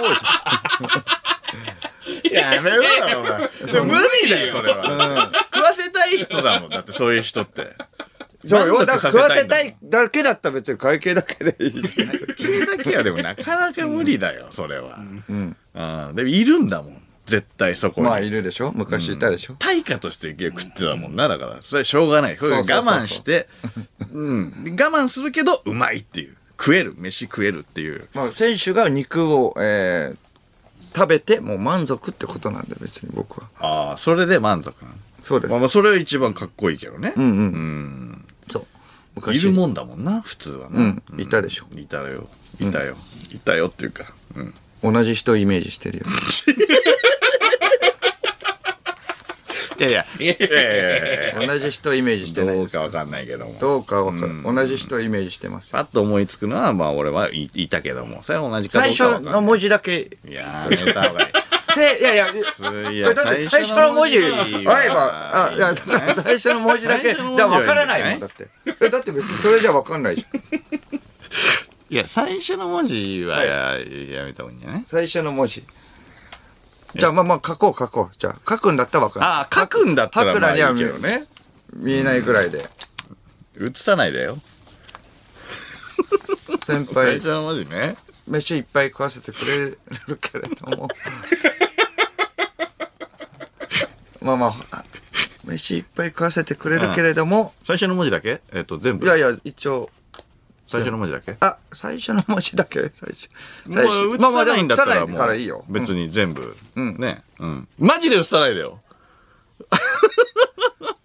Speaker 1: やめろよお前それ無理だよそれは食わせたい人だもんだってそういう人って
Speaker 2: そうよ。
Speaker 1: 満
Speaker 2: だから
Speaker 1: 足
Speaker 2: 食わせた
Speaker 1: んだ
Speaker 2: いだけだったら別に会計だけでいい。
Speaker 1: 君だけはでもなかなか無理だよそれはうんでもいるんだもん絶対そこに
Speaker 2: まあいるでしょ昔いたでしょ
Speaker 1: 対価として食ってたもんなだからそれはしょうがないこれ
Speaker 2: そうそうそうそう
Speaker 1: 我慢 してうん我慢するけどうまいっていう食える飯食えるっていう
Speaker 2: まあ選手が肉を、えー食べてもう満足ってことなんで別に僕は。
Speaker 1: ああそれで満足なの
Speaker 2: そうです
Speaker 1: まあ、まあそれは一番かっこいいけどね、
Speaker 2: そう。
Speaker 1: い
Speaker 2: 昔
Speaker 1: るもんだもんな普通はな、
Speaker 2: うんいたでしょ
Speaker 1: いたよいたよ、いたよっていうか、うん、
Speaker 2: 同じ人をイメージしてるよ。
Speaker 1: いやいやいやい やいやいや
Speaker 2: 同じ人をイメージして
Speaker 1: ど
Speaker 2: ないで
Speaker 1: う
Speaker 2: す
Speaker 1: かわかんないけども
Speaker 2: どうかわかる。同じ人をイメージしてますよ。
Speaker 1: パッと思いつくのはまあ俺はいいたけどもそれは同じかど
Speaker 2: 最
Speaker 1: うかわか
Speaker 2: 初
Speaker 1: んない
Speaker 2: の文字だけ。
Speaker 1: い やーやめた方がいい
Speaker 2: せいやいや、
Speaker 1: い
Speaker 2: だ
Speaker 1: や
Speaker 2: って最初の文字、あ
Speaker 1: はい
Speaker 2: えば、あいや、だから最初の文字だけ、
Speaker 1: 最初の文字
Speaker 2: じゃあ
Speaker 1: はいいんじゃない
Speaker 2: 分からないもん、だって。えだって別にそれじゃ分かんないじゃん。
Speaker 1: いや最初の文字はややめた方がいいんじゃない
Speaker 2: 最初の文字。じゃあまあまあ書こう書こう。じゃあ書くんだったら分かんない。
Speaker 1: ああ書くんだったらまあいいけど
Speaker 2: はくらに
Speaker 1: ね
Speaker 2: 見えないぐらいで。
Speaker 1: 写さないでよ
Speaker 2: 先
Speaker 1: 最
Speaker 2: 輩、
Speaker 1: 初の文字ね
Speaker 2: 飯いっぱい食わせてくれるけれど もまあまあ飯いっぱい食わせてくれるけれども、
Speaker 1: 最初の文字だけえっと全部
Speaker 2: いやいや一応
Speaker 1: 最初の文字だけ
Speaker 2: あ最初の文字だけ最初最初
Speaker 1: もう写さないんだった
Speaker 2: まあ
Speaker 1: ら
Speaker 2: まあでも写さない
Speaker 1: も
Speaker 2: からいいよ
Speaker 1: う別に全部ねうんマジで写さないでよ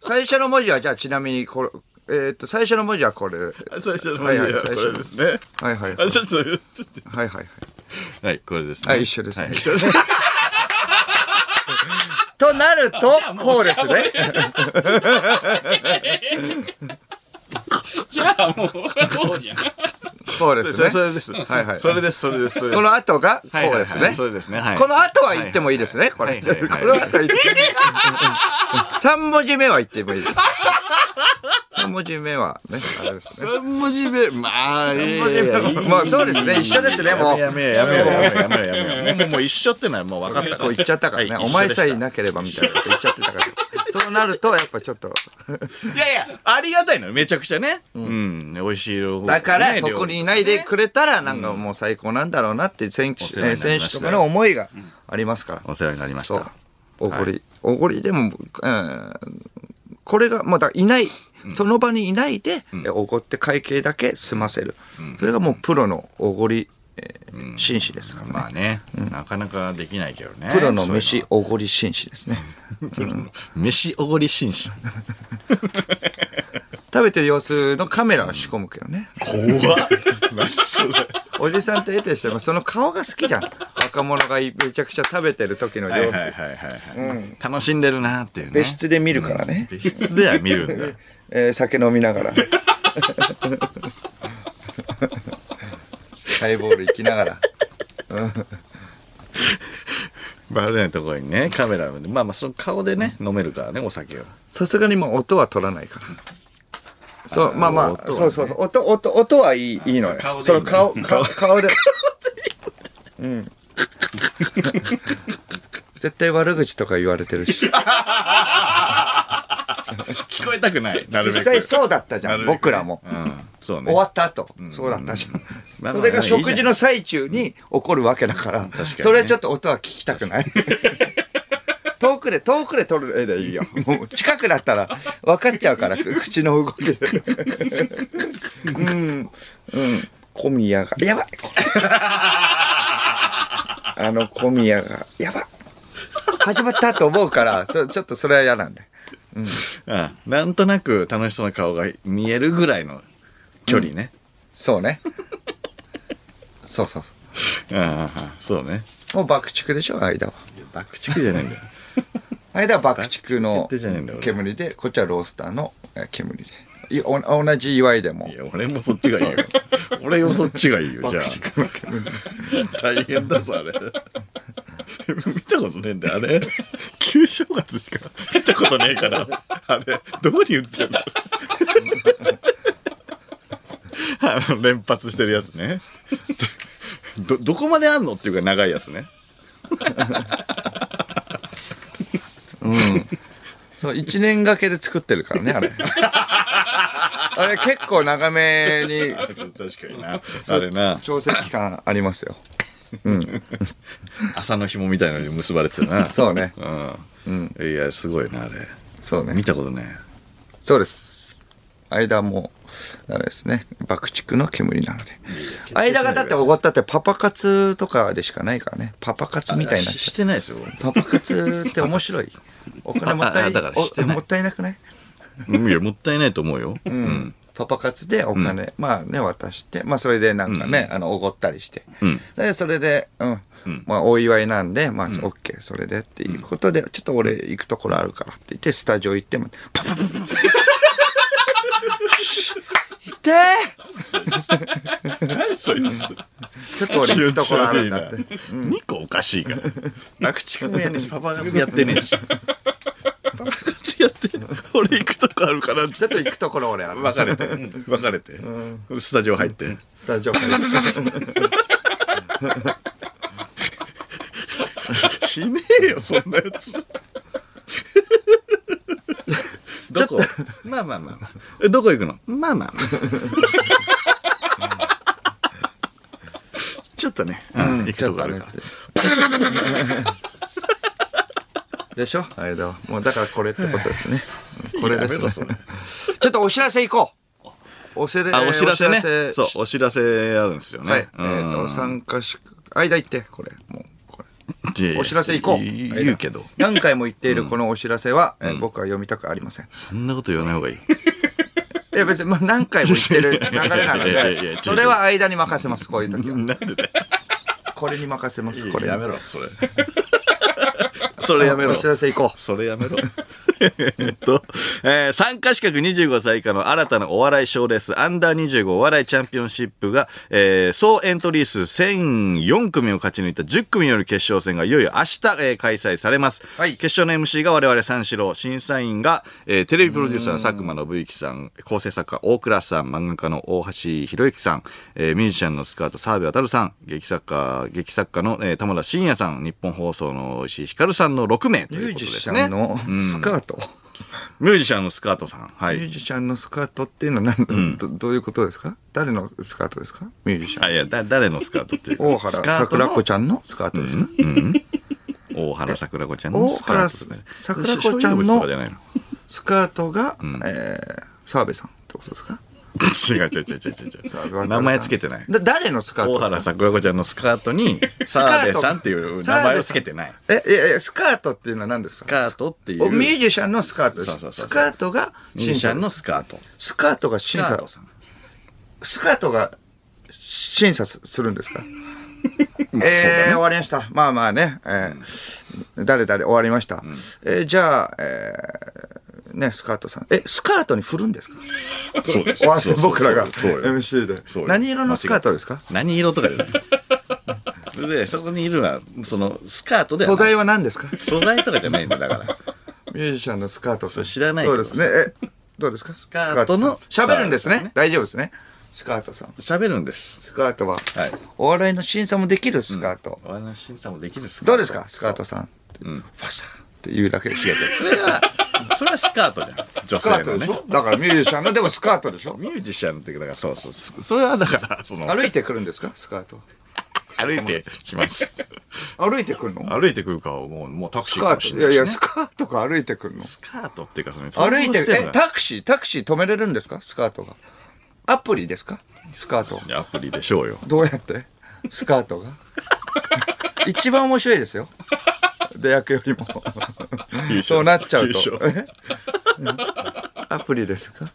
Speaker 2: 最初の文字はじゃあちなみにこれえーっと最初の文字はこれはい
Speaker 1: 最初の文
Speaker 2: はい
Speaker 1: 字
Speaker 2: はい
Speaker 1: はこれですね
Speaker 2: はいはい
Speaker 1: あちょっとちょっと
Speaker 2: はいはい
Speaker 1: はいこれですね
Speaker 2: あ一緒ですね
Speaker 1: はい一緒です
Speaker 2: となるとこうですね
Speaker 3: じゃあも う、こうじゃん。
Speaker 2: こうで
Speaker 1: それそ
Speaker 2: すね
Speaker 1: れです
Speaker 2: はいはい
Speaker 1: それですそれですそれです
Speaker 2: この後がこ
Speaker 1: はいは
Speaker 2: う
Speaker 1: いは
Speaker 2: で
Speaker 1: い
Speaker 2: すね
Speaker 1: それですねはい
Speaker 2: この後は言ってもいいですね、これ。
Speaker 1: はいはいはい
Speaker 2: この後言って。三文字目は言ってもいいです。三文字目はね、あれですね。
Speaker 1: 三文字目、まあ、いやいやいやいい
Speaker 2: まあそうですね一緒ですねもう
Speaker 1: やめようやめようやめようやめようやめよう。もうもう一緒ってのはもう分かったから。
Speaker 2: こう言っちゃったからね、
Speaker 1: はい
Speaker 2: お前さえ
Speaker 1: 一緒
Speaker 2: い
Speaker 1: でし
Speaker 2: なければみたいなこと言っちゃってたから。そうなると、やっぱちょっと。
Speaker 1: たいやいや、ありがたいのよめちゃくちゃね。うん、美味しい料理
Speaker 2: だから、
Speaker 1: ね
Speaker 2: そこにいないでくれたら、なんかもう最高なんだろうなって、選手、
Speaker 1: 世話になりました
Speaker 2: 選手とかの思いがありますから。
Speaker 1: お世話になりまし
Speaker 2: そう
Speaker 1: た。。
Speaker 2: おごり。おごりでも、うん、これが、まあだからいない、その場にいないで、えおごって会計だけ済ませる。それがもうプロのおごり、えー紳士ですからね。
Speaker 1: まあね、なかなかできないけどね。
Speaker 2: プロの
Speaker 1: そういう
Speaker 2: 飯おごり紳士ですね。
Speaker 1: の。飯おごり紳士。
Speaker 2: 食べてる様子のカメラは仕込むけどね。
Speaker 1: 怖っ。何それ。
Speaker 2: おじさんと得てしても、その顔が好きじゃん。若者がいめちゃくちゃ食べてる時の
Speaker 1: はい
Speaker 2: 様
Speaker 1: はい
Speaker 2: 子。
Speaker 1: はいはい。楽しんでるなっていうね。
Speaker 2: 別室で見るからね。
Speaker 1: 別室では見るんだ。
Speaker 2: えー酒飲みながら。ハイボール行きながら。
Speaker 1: バレないところにね、カメラで。まあまあ、その顔でね、飲めるからね、お酒を。
Speaker 2: さすがにもう音は取らないから。そう、まあまあ、
Speaker 1: 音はね
Speaker 2: そうそうそう、音、音、音はいい、いいのよ。
Speaker 1: 顔でいい
Speaker 2: そ
Speaker 1: の
Speaker 2: の
Speaker 1: よ
Speaker 2: 顔、顔、顔で。うん。 絶対悪口とか言われてるし。
Speaker 1: 聞こえたくない。なるべ
Speaker 2: 実
Speaker 1: く。
Speaker 2: 際そうだったじゃ、
Speaker 1: なんるべく
Speaker 2: 僕らも。
Speaker 1: うんそうね。
Speaker 2: 終わった後、そうだったじゃ
Speaker 1: まあ
Speaker 2: ん。
Speaker 1: まあ
Speaker 2: それが食事の最中に起こるわけだから、
Speaker 1: ね
Speaker 2: それはちょっと音は聞きたくない。遠くで、遠くで撮る絵でいいよ。もう近くだったら分かっちゃうから、口の動きで。うん、うん。小宮が、やばいあの小宮が、やばい始まったと思うから、そちょっとそれは嫌なんだよ。
Speaker 1: うんなんとなく楽しそうな顔が見えるぐらいの距離ね。
Speaker 2: そう ね。そうそうそ
Speaker 1: うん、ああそうね。
Speaker 2: う。もう爆竹でしょ、間は。
Speaker 1: 爆竹じゃないんだよ。
Speaker 2: 間は爆竹の
Speaker 1: 爆竹じゃねえんだよ俺
Speaker 2: 煙で、こっちはロースターのえー煙で。いお同じ祝いでも
Speaker 1: い。や、俺もそっちがいいよ。俺もそっちがいいよ、じゃあ。大変だぞ、あれ。見たことねえんだよ、あれ。旧正月しか見たことねえから、あれ、どこに売ってんだあの、連発してるやつね。ど、どこまであんのっていうか長いやつね。
Speaker 2: そう、一年がけで作ってるからね、あれ。あれ結構長めに
Speaker 1: 確かにな。あれな、
Speaker 2: 調整期間ありますよ。
Speaker 1: 朝の紐みたいなのに結ばれてたな。
Speaker 2: そうね。
Speaker 1: うん。いや、すごいな、あれ。
Speaker 2: そうね
Speaker 1: 見。たことね
Speaker 2: そうです。間も、ダメですね。爆竹の煙なので。間がだっておごったってパパ活とかでしかないからね。パパ活
Speaker 1: え。
Speaker 2: みたいな
Speaker 1: し。してないですよ。
Speaker 2: パパ活って面白い。お金もった
Speaker 1: あ
Speaker 2: い、
Speaker 1: あだからしてない
Speaker 2: おもったいなくない
Speaker 1: うんいや、もったいないと思うよ。うん。
Speaker 2: パパ活でお金、まあね、渡して、まあそれでなんかね、あの、おごったりして。で、それで、うん、まあお祝いなんで、まあ、オッケー、それでっていうことで、ちょっと俺行くところあるからって言って、スタジオ行っても、パパパパパ痛え
Speaker 1: 何そいつ。
Speaker 2: ちょっと俺行くところあるんだって。
Speaker 1: 2個おかしいから。爆竹もやんねえし、パパ活やってねえし。パパ活やって、俺行くとこあるからって
Speaker 2: ちょっと行くところ俺ある。
Speaker 1: 別れて、別れて、スタジオ入って。
Speaker 2: スタジオから行って
Speaker 1: ひねえよ、そんなやつ。どこまあまあまあまあ。え、どこ行くのまあまあまあ。ちょっとね、うん、行くとこあるから。
Speaker 2: でしょ間は。もうだからこれってことですね。うんこれで
Speaker 1: やめろそ
Speaker 2: す
Speaker 1: れ
Speaker 2: ね。ちょっとお知らせ行こう。おせで
Speaker 1: あ、お知らせ
Speaker 2: お知
Speaker 1: ね。
Speaker 2: し
Speaker 1: そう、お知らせあるんですよね。
Speaker 2: はい。えっ、
Speaker 1: うん
Speaker 2: と、参加し、間行って、これ、もう、こ
Speaker 1: いやい
Speaker 2: れ。
Speaker 1: や
Speaker 2: お知らせ行こう。
Speaker 1: い
Speaker 2: 間
Speaker 1: 言うけど。
Speaker 2: 何回も言っているこのお知らせは、えー僕は読みたくありません。
Speaker 1: そんなこと言わない方がいい。
Speaker 2: いや、別に、まあ、何回も言ってる流れなの
Speaker 1: いやいやいや違う
Speaker 2: で、それは間に任せます、こういう時は。
Speaker 1: なんでだよ。
Speaker 2: これに任せます、こ
Speaker 1: これ
Speaker 2: れ。
Speaker 1: やめろ、 それ。それやめろ。
Speaker 2: お知らせ行こう。
Speaker 1: それやめろ。 えっと、えー参加資格25歳以下の新たなお笑い賞レース、アンダー25お笑いチャンピオンシップが、えー総エントリー数1004組を勝ち抜いた10組による決勝戦がいよいよ明日、えー開催されます。
Speaker 2: はい
Speaker 1: 決勝の MC が我々三四郎、審査員が、えーテレビプロデューサーの佐久間信之さん、構成作家大倉さん、漫画家の大橋博之さん、えーミュージシャンのスカート澤部渉さん、劇作家、劇作家の、えー、玉田真也さん、日本放送の石井ひかるさんの6名と
Speaker 2: ミ
Speaker 1: いう
Speaker 2: ュー
Speaker 1: こと
Speaker 2: ジ
Speaker 1: で
Speaker 2: シ
Speaker 1: す
Speaker 2: ャ
Speaker 1: ね。
Speaker 2: ンのスカート。
Speaker 1: ミュージシャンのスカートさん。は
Speaker 2: ミュー
Speaker 1: い。
Speaker 2: ジシャンのスカートっていうのは何、どどういうことですか誰のスカートですかミュージシャン。
Speaker 1: あ、いや、だ、誰のスカートっていうか
Speaker 2: 大
Speaker 1: スカー
Speaker 2: 原
Speaker 1: トの
Speaker 2: 桜子ちゃんのスカートですか、
Speaker 1: 大原桜子ちゃんの
Speaker 2: 大
Speaker 1: スカー
Speaker 2: 原
Speaker 1: トですね。
Speaker 2: 桜子ちゃん
Speaker 1: し
Speaker 2: の
Speaker 1: 所有物とかじゃないの
Speaker 2: スカートが、えー、澤部さんってことですか
Speaker 1: 違う違う違 う違う違う。名前つけてない。
Speaker 2: だ誰のスカー
Speaker 1: 大
Speaker 2: トで
Speaker 1: 原
Speaker 2: すか
Speaker 1: 桜子ちゃんのスカートに、澤部さんっていう名前をつけてない。
Speaker 2: え、いやいや、スカートっていうのは何ですか
Speaker 1: スカートっていう
Speaker 2: おミュージシャンのスカートです
Speaker 1: そうそうそうそう
Speaker 2: スカートが
Speaker 1: ミュー
Speaker 2: 審
Speaker 1: ジシャ
Speaker 2: 査
Speaker 1: ン
Speaker 2: の
Speaker 1: のスカート。
Speaker 2: スカートが審
Speaker 1: スカ
Speaker 2: 査
Speaker 1: ートさん。
Speaker 2: スカートが審査すするんで すかえー、終わりました。まあまあね、えー、誰々終わりました。えー、じゃあ、えー、ね、スカートさん。え、スカートに振るんですか
Speaker 1: そうです
Speaker 2: 終わって僕らが
Speaker 1: そうよ
Speaker 2: MC で
Speaker 1: そう。よ
Speaker 2: 何色のスカートですか
Speaker 1: 何色とかじゃない。それで、そこにいるのは、その、スカートでは
Speaker 2: 素
Speaker 1: ない
Speaker 2: 材は何ですか
Speaker 1: 素材とかじゃないんだ、だから。
Speaker 2: ミュージシャンのスカートさん。
Speaker 1: 知らないけ
Speaker 2: そ
Speaker 1: ど
Speaker 2: うですね。え、どうですかス
Speaker 1: カートの
Speaker 2: さん喋るんです
Speaker 1: スカート
Speaker 2: ね
Speaker 1: ね。
Speaker 2: 大丈夫ですね。スカートさん。
Speaker 1: 喋るんです。
Speaker 2: スカートは、
Speaker 1: はい
Speaker 2: お笑いの審査もできるスカート。
Speaker 1: お笑いの審査もできるです
Speaker 2: どうですかスカートさん。ファサーって言うだけです。
Speaker 1: 違う違う。それは、 それはスカートじゃん。女
Speaker 2: スカー
Speaker 1: 性
Speaker 2: ト
Speaker 1: のね
Speaker 2: でし。ょだからミュージシャンの、でもスカートでしょ
Speaker 1: ミュージシャンっていうか、だからそうそう。そそれはだから、その、
Speaker 2: 歩いてくるんですかスカート。
Speaker 1: 歩いてきます。
Speaker 2: 歩いてくんの
Speaker 1: 歩いてくるかはもう、もうタク
Speaker 2: ス
Speaker 1: シー
Speaker 2: カ
Speaker 1: かもし
Speaker 2: ー
Speaker 1: れ
Speaker 2: ト。い
Speaker 1: な
Speaker 2: や
Speaker 1: い
Speaker 2: い
Speaker 1: し、
Speaker 2: や、
Speaker 1: ね。
Speaker 2: スカートか歩いてくんの
Speaker 1: スカートっていうか、その、
Speaker 2: 歩いて
Speaker 1: 想像して
Speaker 2: え
Speaker 1: ん、だ
Speaker 2: タクシー、タクシー止めれるんですかスカートが。アプリですかスカート。
Speaker 1: いやアプリでしょうよ。
Speaker 2: どうやってスカートが。一番面白いですよ。出役よりも。そうなっちゃうと
Speaker 1: 優。
Speaker 2: えアプリですか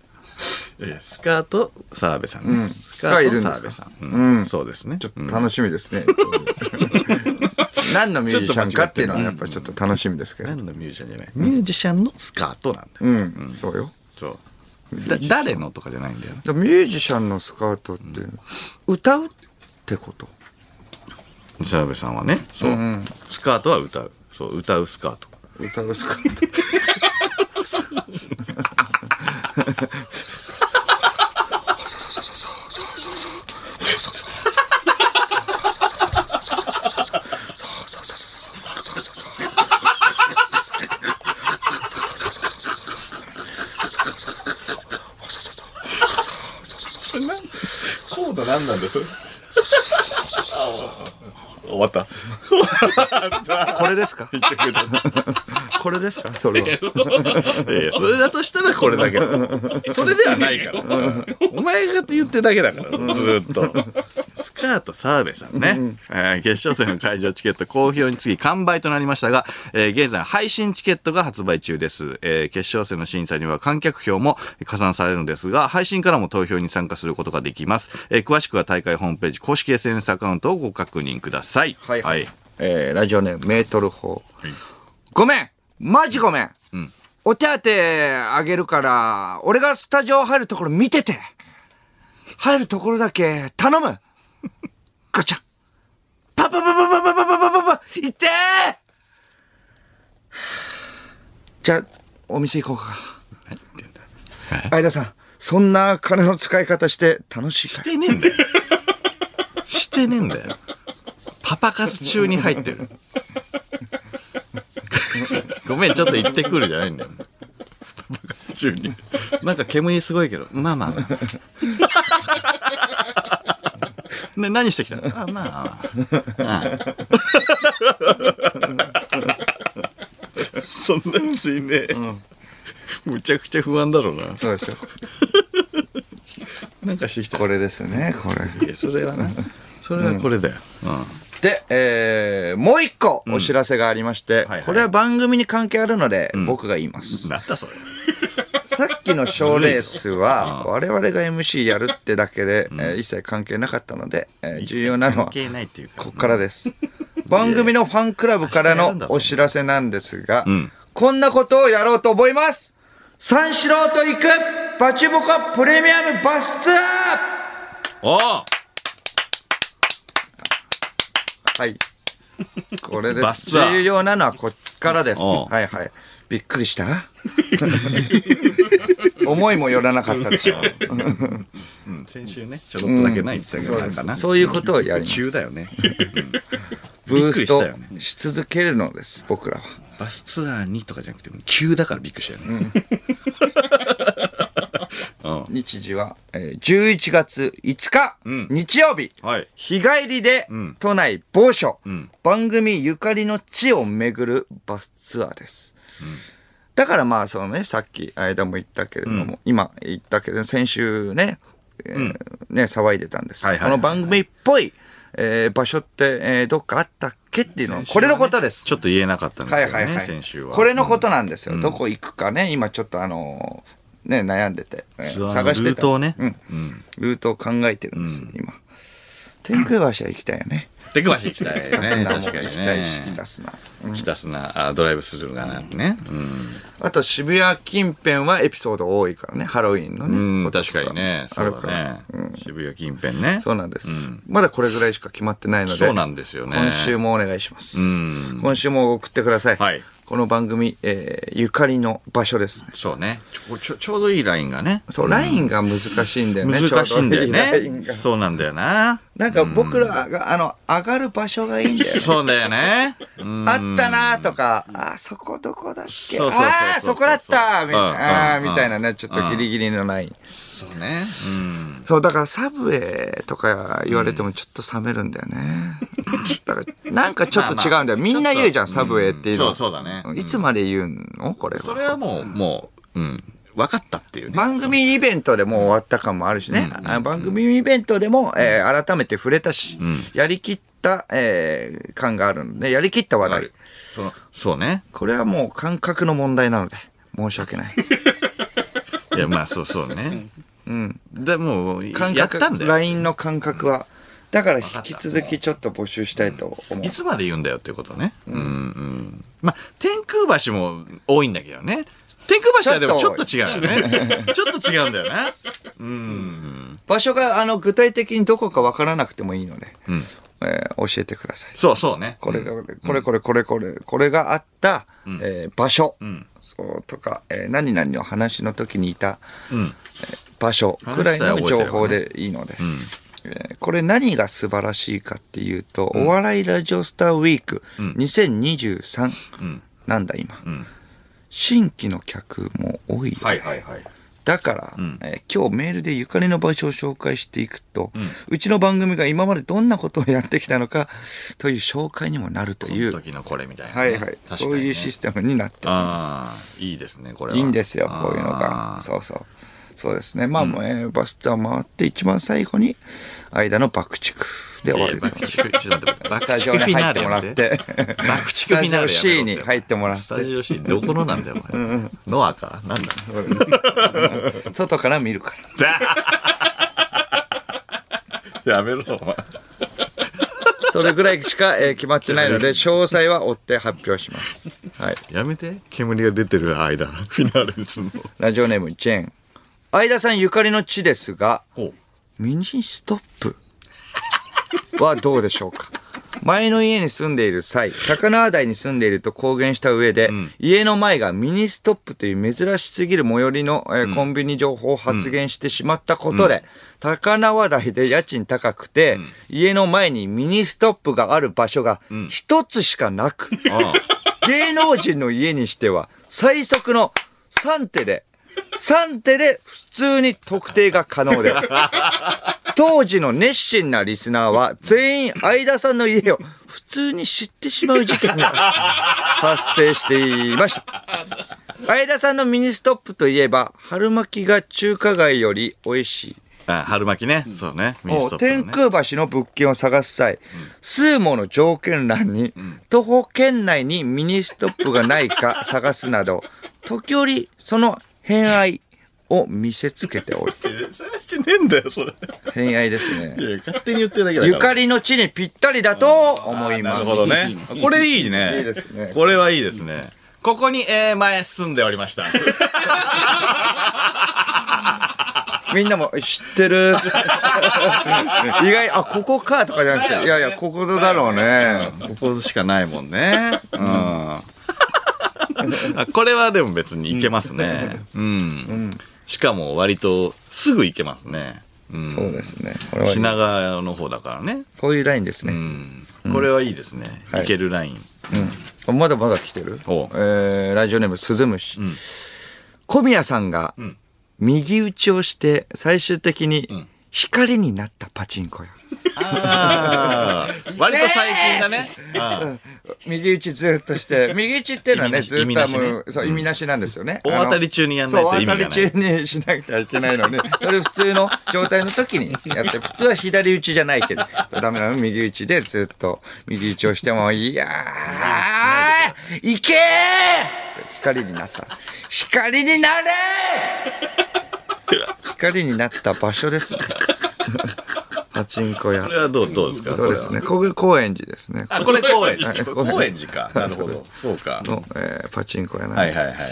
Speaker 1: えスカート澤部さんね、スカ
Speaker 2: がい
Speaker 1: ー
Speaker 2: る
Speaker 1: ト
Speaker 2: んですか
Speaker 1: 澤部さん、うんそうですねうん
Speaker 2: 楽しみですね。何のミュージシャンかっていうのはやっぱちょっと楽しみですけど。
Speaker 1: 何のミュージシャンじゃないミュージシャンのスカートなんだよ、
Speaker 2: うん、そうよ。
Speaker 1: そうだ誰のとかじゃないんだよね
Speaker 2: でもミュージシャンのスカートって、歌うってこと
Speaker 1: 澤部さんはねそう、スカートは歌うそう歌うスカート
Speaker 2: 歌うスカート。
Speaker 1: コード何なんだそれ 終わった
Speaker 2: これ ですかこれですかそれは。
Speaker 1: いやいやそれだとしたらこれだけどそれではないから、お前が言ってるだけだからずーっとスカート澤部さんね、えー決勝戦の会場チケット好評につき完売となりましたが、えー現在配信チケットが発売中です、えー決勝戦の審査には観客票も加算されるのですが配信からも投票に参加することができます、えー詳しくは大会ホームページ公式 SNS アカウントをご確認ください
Speaker 2: はいはい。えーラジオネームメートル法。ごめんマジごめん、お手当てあげるから、俺がスタジオ入るところ見てて入るところだけ頼 むガチャパパパパパパパパパパパ痛えじゃあ、お店行こうか。相田さん、そんな金の使い方して楽しいか
Speaker 1: し
Speaker 2: い
Speaker 1: てねえんだよ。してねえんだよ。パパ活中に入ってる。ごめん、ちょっと行ってくるじゃないんだよ。パパ活中に。なんか煙すごいけど、まあまあまあ。ね、何してきたのあ、まあまあ。ああそんなやついねえ。むちゃくちゃ不安だろうな。
Speaker 2: そうでしょ。
Speaker 1: なんかしてきた。
Speaker 2: これですね、これ。
Speaker 1: いやそれはなそれはこれだよ、
Speaker 2: で、えー、もう一個お知らせがありまして、
Speaker 1: はいはい
Speaker 2: これは番組に関係あるので、僕が言います。
Speaker 1: なんだそれ
Speaker 2: さっきの賞レースは、我々が MC やるってだけで、えー一切関係なかったので、えー重要なのは
Speaker 1: 関、係ないっていうか
Speaker 2: こっからです。番組のファンクラブか
Speaker 1: 明
Speaker 2: ら
Speaker 1: 日やるんだ
Speaker 2: の
Speaker 1: ぞ
Speaker 2: お知らせなんですが、
Speaker 1: ん
Speaker 2: こんなことをやろうと思います三四郎と行くバチボコプレミアムバスツアー
Speaker 1: おあ
Speaker 2: はい。これで
Speaker 1: バ
Speaker 2: す。
Speaker 1: スツアー
Speaker 2: 重要なのはこっからです。
Speaker 1: うん
Speaker 2: はいはい。びっくりした思いもよらなかったでしょ。
Speaker 1: 先週ねちょろっとだけないって言ったけど、なんかな
Speaker 2: そういうことをやります。
Speaker 1: 急だよね
Speaker 2: ブ
Speaker 1: び
Speaker 2: ー
Speaker 1: っく
Speaker 2: ス
Speaker 1: りした
Speaker 2: ト
Speaker 1: よね
Speaker 2: し続けるのです、僕らは。
Speaker 1: バスツアーにとかじゃなくてもう急だからびっくりしたよね、
Speaker 2: 日時は、えー11月5日、日曜日、
Speaker 1: はい
Speaker 2: 日帰りで、都内某所、番組ゆかりの地を巡るバスツアーです。だからまあ、そのね、さっき、間も言ったけれども、今言ったけど、先週ね、えーね、騒いでたんです。
Speaker 1: はいはいはいはい
Speaker 2: この番組っぽい、えー場所って、えーどっかあったっけっていうのは、これのことです。
Speaker 1: ちょっと言えなかったんです
Speaker 2: は
Speaker 1: けど
Speaker 2: い
Speaker 1: ね、
Speaker 2: はいはい。
Speaker 1: 先週は
Speaker 2: これのことなんですよ。どこ行くかね、今ちょっとあのーね、悩んでて、えー
Speaker 1: ツアーの
Speaker 2: 探してた
Speaker 1: ルートをね
Speaker 2: うんルートを考えてるんです、今。天空橋は行きたいよね。
Speaker 1: 手詳しい行き たい
Speaker 2: 北砂
Speaker 1: ね
Speaker 2: も行
Speaker 1: 確
Speaker 2: き
Speaker 1: かに
Speaker 2: たいし、
Speaker 1: ね
Speaker 2: 北砂。
Speaker 1: ひたすなあドライブするかなってね
Speaker 2: あと渋谷近辺はエピソード多いからね、ハロウィンの
Speaker 1: う
Speaker 2: ね。
Speaker 1: ん、
Speaker 2: ことと
Speaker 1: 確かにね
Speaker 2: あ
Speaker 1: そ
Speaker 2: る
Speaker 1: う
Speaker 2: から。
Speaker 1: だね、渋谷近辺ね
Speaker 2: そうなんです、まだこれぐらいしか決まってないので。
Speaker 1: そうなんですよね
Speaker 2: 今週もお願いします。
Speaker 1: う
Speaker 2: 今週も送ってください。
Speaker 1: はい
Speaker 2: この番組、えーゆかりの場所ですね。
Speaker 1: そうねちょちょちょうどいいラインがね
Speaker 2: そう、ラインが難しいんだよね。
Speaker 1: 難しいんだよ
Speaker 2: ちょうどいいライン
Speaker 1: ね
Speaker 2: が
Speaker 1: そうなんだよな
Speaker 2: なんか僕らが、あの、上がる場所がいいんだよね。
Speaker 1: そうだよね。うん
Speaker 2: あったなとか、あ、そこどこだっけ
Speaker 1: そうそうそうそう
Speaker 2: あー、そこだったみたいなあ
Speaker 1: う
Speaker 2: ー
Speaker 1: んうん
Speaker 2: みたいなね、ちょっとギリギリのライン。
Speaker 1: そうね。うん。
Speaker 2: そう、だからサブウェイとか言われてもちょっと冷めるんだよね。だからなんかちょっと違うんだよ。みんな言うじゃん、サブウェイっていうの。
Speaker 1: そうそうだね。
Speaker 2: いつまで言うのこれ
Speaker 1: そ
Speaker 2: は。
Speaker 1: れはもう、もう、うん。分かったっていうね。
Speaker 2: 番組イベントでもう終わった感もあるしね。あ番組イベントでも、えー改めて触れたし、やりきった、えー感があるので、やりきった話題。
Speaker 1: そのそうね。
Speaker 2: これはもう感覚の問題なので、申し 訳ない。
Speaker 1: いや、まあ、そうそうね。うん。でも、
Speaker 2: 感
Speaker 1: やっ
Speaker 2: 覚
Speaker 1: たんだよ。
Speaker 2: LINE の感覚は。だから引き続きちょっと募集したいと思う
Speaker 1: い。つまで言うんだよっていうことね。うん、うん、まあ、天空橋も多いんだけどね。天空橋はでもち
Speaker 2: ち
Speaker 1: ょ
Speaker 2: ょ
Speaker 1: っ
Speaker 2: っ
Speaker 1: と
Speaker 2: と
Speaker 1: 違うよね。ちょっと違うんだよな。うん。
Speaker 2: 場所があの具体的にどこかわからなくてもいいので、えー教えてください。
Speaker 1: そうそうね。
Speaker 2: これが、これこれこれこれ、これがあった、えー場所、そうとか、えー何々の話の時にいた、えー場所くらいの情報でいいので、えーこれ何が素晴らしいかっていうと、お笑いラジオスターウィーク2023なんだ今、新規の客も多いよ
Speaker 1: はいはいはい。
Speaker 2: だから、えー今日メールでゆかりの場所を紹介していくと、うちの番組が今までどんなことをやってきたのかという紹介にもなると
Speaker 1: こ
Speaker 2: い
Speaker 1: の
Speaker 2: う、
Speaker 1: 時のこれみたいなね。
Speaker 2: はいはい、
Speaker 1: 確かにね
Speaker 2: そういうシステムになってま
Speaker 1: ああ、いいですね、これ
Speaker 2: す。
Speaker 1: は。
Speaker 2: いいんですよ、
Speaker 1: あー
Speaker 2: こういうのが。そうそう。そうですね。まあ、もうえーバスツアー回って一番最後に、間の爆竹で終わ
Speaker 1: いや
Speaker 2: り
Speaker 1: 爆竹、ちょっと待って、
Speaker 2: ス
Speaker 1: 爆
Speaker 2: タジ
Speaker 1: 竹
Speaker 2: オ
Speaker 1: フィ
Speaker 2: に入
Speaker 1: ナー
Speaker 2: っ
Speaker 1: レ
Speaker 2: てもらって
Speaker 1: やめて。爆竹フィナーレやめろって。
Speaker 2: スタジオ C に入ってもらって
Speaker 1: スタジオ C、どこのなんだよ、お前。ノアかなんだ
Speaker 2: 外から見るから。
Speaker 1: やめろ、お前。
Speaker 2: それぐらいしか、えー決まってない ので、詳細は追って発表します。はい。
Speaker 1: やめて、煙が出てる間、 フィナーレすんの。
Speaker 2: ラジオネーム、ジェーン。相田さんゆかりの地ですが、
Speaker 1: お
Speaker 2: ミニストップはどうでしょうか前の家に住んでいる際、高輪台に住んでいると公言した上で、家の前がミニストップという珍しすぎる最寄りの、えーコンビニ情報を発言してしまったことで、高輪台で家賃高くて、家の前にミニストップがある場所が一つしかなく、
Speaker 1: あ
Speaker 2: 芸能人の家にしては最速の3手で、3手で普通に特定が可能で、当時の熱心なリスナーは全員相田さんの家を普通に知ってしまう事件が発生していました。相田さんのミニストップといえば、春巻きが中華街より美味しい。
Speaker 1: あ春巻きね。そうね。ミニストップのね
Speaker 2: 天空橋の物件を探す際、数もの条件欄に、徒歩圏内にミニストップがないか探すなど、時折その偏愛を見せつけており、
Speaker 1: 探してねえんだよ、それ。
Speaker 2: 偏愛ですね。
Speaker 1: いや、勝手に言ってるだけだから。
Speaker 2: ゆかりの地にぴったりだと思い
Speaker 1: な
Speaker 2: ま
Speaker 1: る
Speaker 2: す
Speaker 1: ほ。どね。これいいね。
Speaker 2: いいですね
Speaker 1: これはいいですね。ここに、えー前住んでおりました。
Speaker 2: みんなも知って る。意外、あ、ここかとかじゃなくて、いやいや、ここだろうね。
Speaker 1: ここしかないもんね。うん。あこれはでも別にいけますね。うん。しかも割とすぐ行けますね。うん。
Speaker 2: そうですね。これはいい
Speaker 1: 品川の方だからね。
Speaker 2: そういうラインですね。
Speaker 1: うん。これはいいですね。
Speaker 2: はい
Speaker 1: いけるライン。
Speaker 2: まだまだ来てる、え
Speaker 1: おう
Speaker 2: ーラジオネームスズムシ、小宮さんが右打ちをして最終的に光になったパチンコ屋、
Speaker 1: あー割と最近だね。あ
Speaker 2: 右打ちずっ として右打ちっていうのは
Speaker 1: 意
Speaker 2: ね
Speaker 1: 味なし
Speaker 2: ず
Speaker 1: 意味
Speaker 2: っとはも
Speaker 1: な
Speaker 2: うそう意味なしなんですよね、
Speaker 1: ー大当たり中にやんない
Speaker 2: そう
Speaker 1: と意味
Speaker 2: 当
Speaker 1: が
Speaker 2: た
Speaker 1: ない。
Speaker 2: り中にしなきゃいけないのに、それ普通の状態の時にやって、普通は左打ちじゃないけど、ダメなの右打ちでずっと右打ちをしても、いやー、いけーって光になった。光になれー光になった場所ですね。 パチンコ屋
Speaker 1: これ。はどう、どうですか
Speaker 2: そうですね。これ高円寺ですね。
Speaker 1: あ、これ高円寺。
Speaker 2: はい
Speaker 1: これ高円寺か。なるほど。そうか。
Speaker 2: の、えーパチンコ屋なんで
Speaker 1: はいはいはいはい。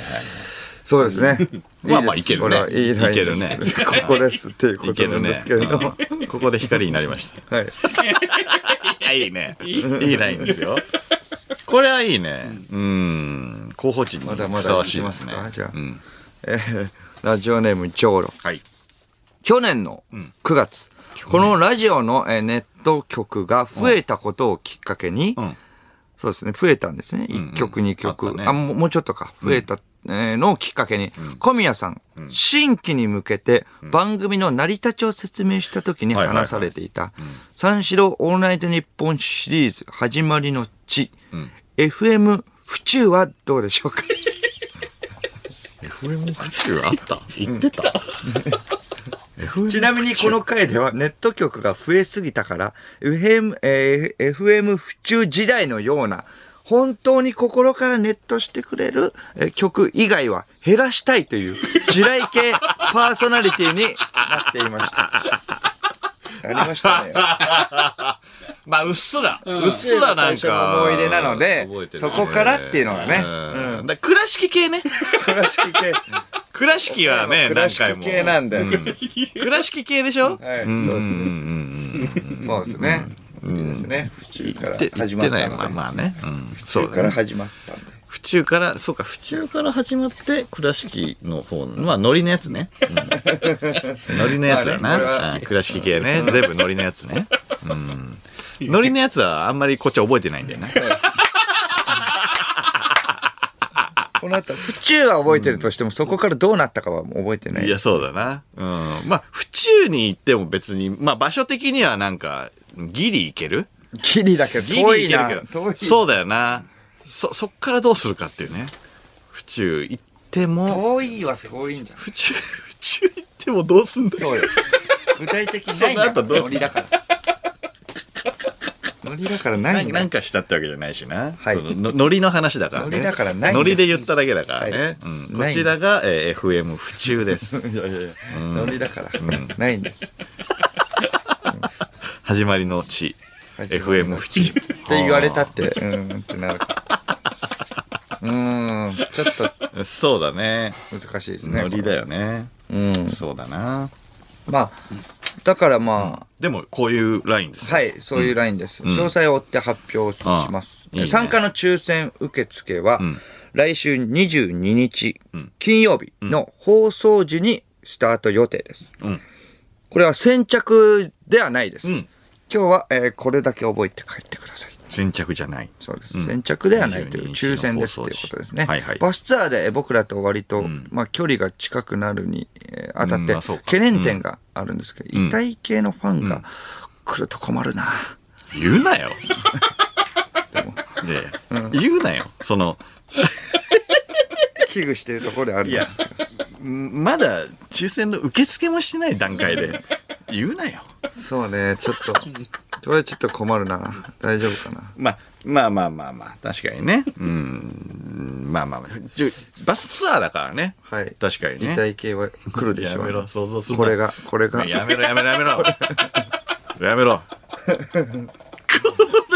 Speaker 2: そうですね。
Speaker 1: まあまあいけるね
Speaker 2: これはいいラインです
Speaker 1: いけるね
Speaker 2: ここですっていうこ
Speaker 1: いけ
Speaker 2: とな
Speaker 1: る
Speaker 2: んで
Speaker 1: ね
Speaker 2: すけれども。。
Speaker 1: うんここで光になりました。
Speaker 2: はい。
Speaker 1: いや、いいね。いいラインですよ。これはいいね。うん。候補地に
Speaker 2: まだま
Speaker 1: ふ
Speaker 2: だ
Speaker 1: さわしいですね
Speaker 2: いきますか。じゃあ
Speaker 1: うん
Speaker 2: えーラジオネーム、ジョーロ。
Speaker 1: はい。
Speaker 2: 去年の9月、このラジオのえーネット局が増えたことをきっかけに、
Speaker 1: ん
Speaker 2: そうですね、増えたんですね。1曲、2
Speaker 1: あ
Speaker 2: 曲
Speaker 1: っ。たね
Speaker 2: あ、もうもうちょっとか。増えたえーのをきっかけに、小宮さん、新規に向けて番組の成り立ちを説明した時に
Speaker 1: はいはいはい
Speaker 2: 話されていた、三四郎オールナイトニッポンシリーズ始まりの地、FM 府中はどうでしょうか
Speaker 1: FM 府中あった
Speaker 3: 言ってた。
Speaker 2: ちなみにこの回ではネット局が増えすぎたから、FM、えー FM 府中時代のような、本当に心からネットしてくれるえー曲以外は減らしたいという地雷系パーソナリティになっていま した。ありましたね。
Speaker 1: まあ、うっすら、うっすらなん
Speaker 2: 最初の
Speaker 1: か。
Speaker 2: 思い出なので
Speaker 1: 覚えてる
Speaker 2: そこからっていうのがね
Speaker 1: うん。だから倉敷系ね。
Speaker 2: 倉敷系、
Speaker 1: 倉敷はね、
Speaker 2: 倉
Speaker 1: 何回
Speaker 2: 敷
Speaker 1: も。
Speaker 2: 系なんだよ。
Speaker 1: 倉敷系でしょ
Speaker 2: はい、そうですね。そうですね。好きですね。府中から
Speaker 1: って言
Speaker 2: 始
Speaker 1: っ
Speaker 2: ま
Speaker 1: て
Speaker 2: った
Speaker 1: ない。
Speaker 2: の
Speaker 1: まあ
Speaker 2: で。
Speaker 1: まあね。うん。そ
Speaker 2: 府中
Speaker 1: う
Speaker 2: か
Speaker 1: だ
Speaker 2: ら
Speaker 1: ね。
Speaker 2: 始まったんで。
Speaker 1: 府中から、そうか、府中から始まって、倉敷の方の、まあ、ノリのやつね。 うんノリのやつだ
Speaker 2: まあねこれは
Speaker 1: な。うん倉敷系ね。全部ノリのやつね。うん。ノリのやつはあんまりこっちは覚えてないんだ よね。
Speaker 2: この後、府中は覚えてるとしても、そこからどうなったかは覚えてない。
Speaker 1: いや、そうだな。うん。まあ、府中に行っても別に、まあ、場所的にはなんか、ギリ行ける
Speaker 2: ギリだけど、
Speaker 1: ギリ
Speaker 2: 遠い
Speaker 1: 行
Speaker 2: な
Speaker 1: ける。け
Speaker 2: 遠
Speaker 1: ど。
Speaker 2: い。
Speaker 1: そうだよな。そ、そっからどうするかっていうね。府中行っても、
Speaker 2: 遠いは遠いんじゃん。
Speaker 1: 府中、 府中行ってもどうすんだよ。
Speaker 2: そうよ。具体的にないん
Speaker 1: その
Speaker 2: だ
Speaker 1: 後どうする
Speaker 2: ノリだから。ノリだからないん
Speaker 1: な
Speaker 2: だ
Speaker 1: んかしたってわけじゃないしな。
Speaker 2: はい
Speaker 1: そののノリの話だからね。
Speaker 2: ノリだからないんです
Speaker 1: ノリで言っただけだからね。
Speaker 2: はい
Speaker 1: うん、こ
Speaker 2: ないんです
Speaker 1: ちらが、えー FM 府中です。
Speaker 2: いやいやいや、ノリだから。ないんです。っ
Speaker 1: 始まりの地。
Speaker 2: 始まり
Speaker 1: FM
Speaker 2: の
Speaker 1: 府中。って
Speaker 2: て言われたって、うーんってなるから。うーん、ちょっと
Speaker 1: そうだね。
Speaker 2: 難しいですね。
Speaker 1: ノリだよね。
Speaker 2: うん。
Speaker 1: そうだな。
Speaker 2: まあ、だからま
Speaker 1: でも、こういうラインで
Speaker 2: あ、
Speaker 1: すよ。
Speaker 2: はい、そういうラインです。詳細を追って発表します。
Speaker 1: ああいいね
Speaker 2: 参加の抽選受付は、来週22日、金曜日の放送時にスタート予定です。
Speaker 1: ん
Speaker 2: これは先着ではないです。
Speaker 1: ん
Speaker 2: 今日は、えーこれだけ覚えて帰ってください。
Speaker 1: 先着じゃない。
Speaker 2: そうです、
Speaker 1: ん
Speaker 2: 先着ではないという
Speaker 1: 22
Speaker 2: 抽選です
Speaker 1: の
Speaker 2: と
Speaker 1: 放
Speaker 2: いう
Speaker 1: 送
Speaker 2: ことですね、
Speaker 1: はいはい
Speaker 2: バスツアーで僕らと割と、まあ、距離が近くなるに、えー当た
Speaker 1: う
Speaker 2: っ
Speaker 1: ん
Speaker 2: て
Speaker 1: まあそうか
Speaker 2: 懸念点があるんですけど、遺体系のファンが来ると困るな、
Speaker 1: 言うな よ。いやいや言うなよ。その、
Speaker 2: 危惧してるところであるん
Speaker 1: い
Speaker 2: で
Speaker 1: や
Speaker 2: す、
Speaker 1: まだ抽選の受付もしてない段階で、言うなよ。
Speaker 2: そうねちょっとこれちょっと困るな大丈夫かな
Speaker 1: まあ、まあまあまあまあ、確かにね。うん。まあまあまあ、じゅバスツアーだからね。
Speaker 2: はい
Speaker 1: 確かに
Speaker 2: 遺
Speaker 1: ね。
Speaker 2: 体系は来るでしょう、
Speaker 1: やめろ想像するな
Speaker 2: これがこれが
Speaker 1: やめろやめろやめろ。やめろ。こ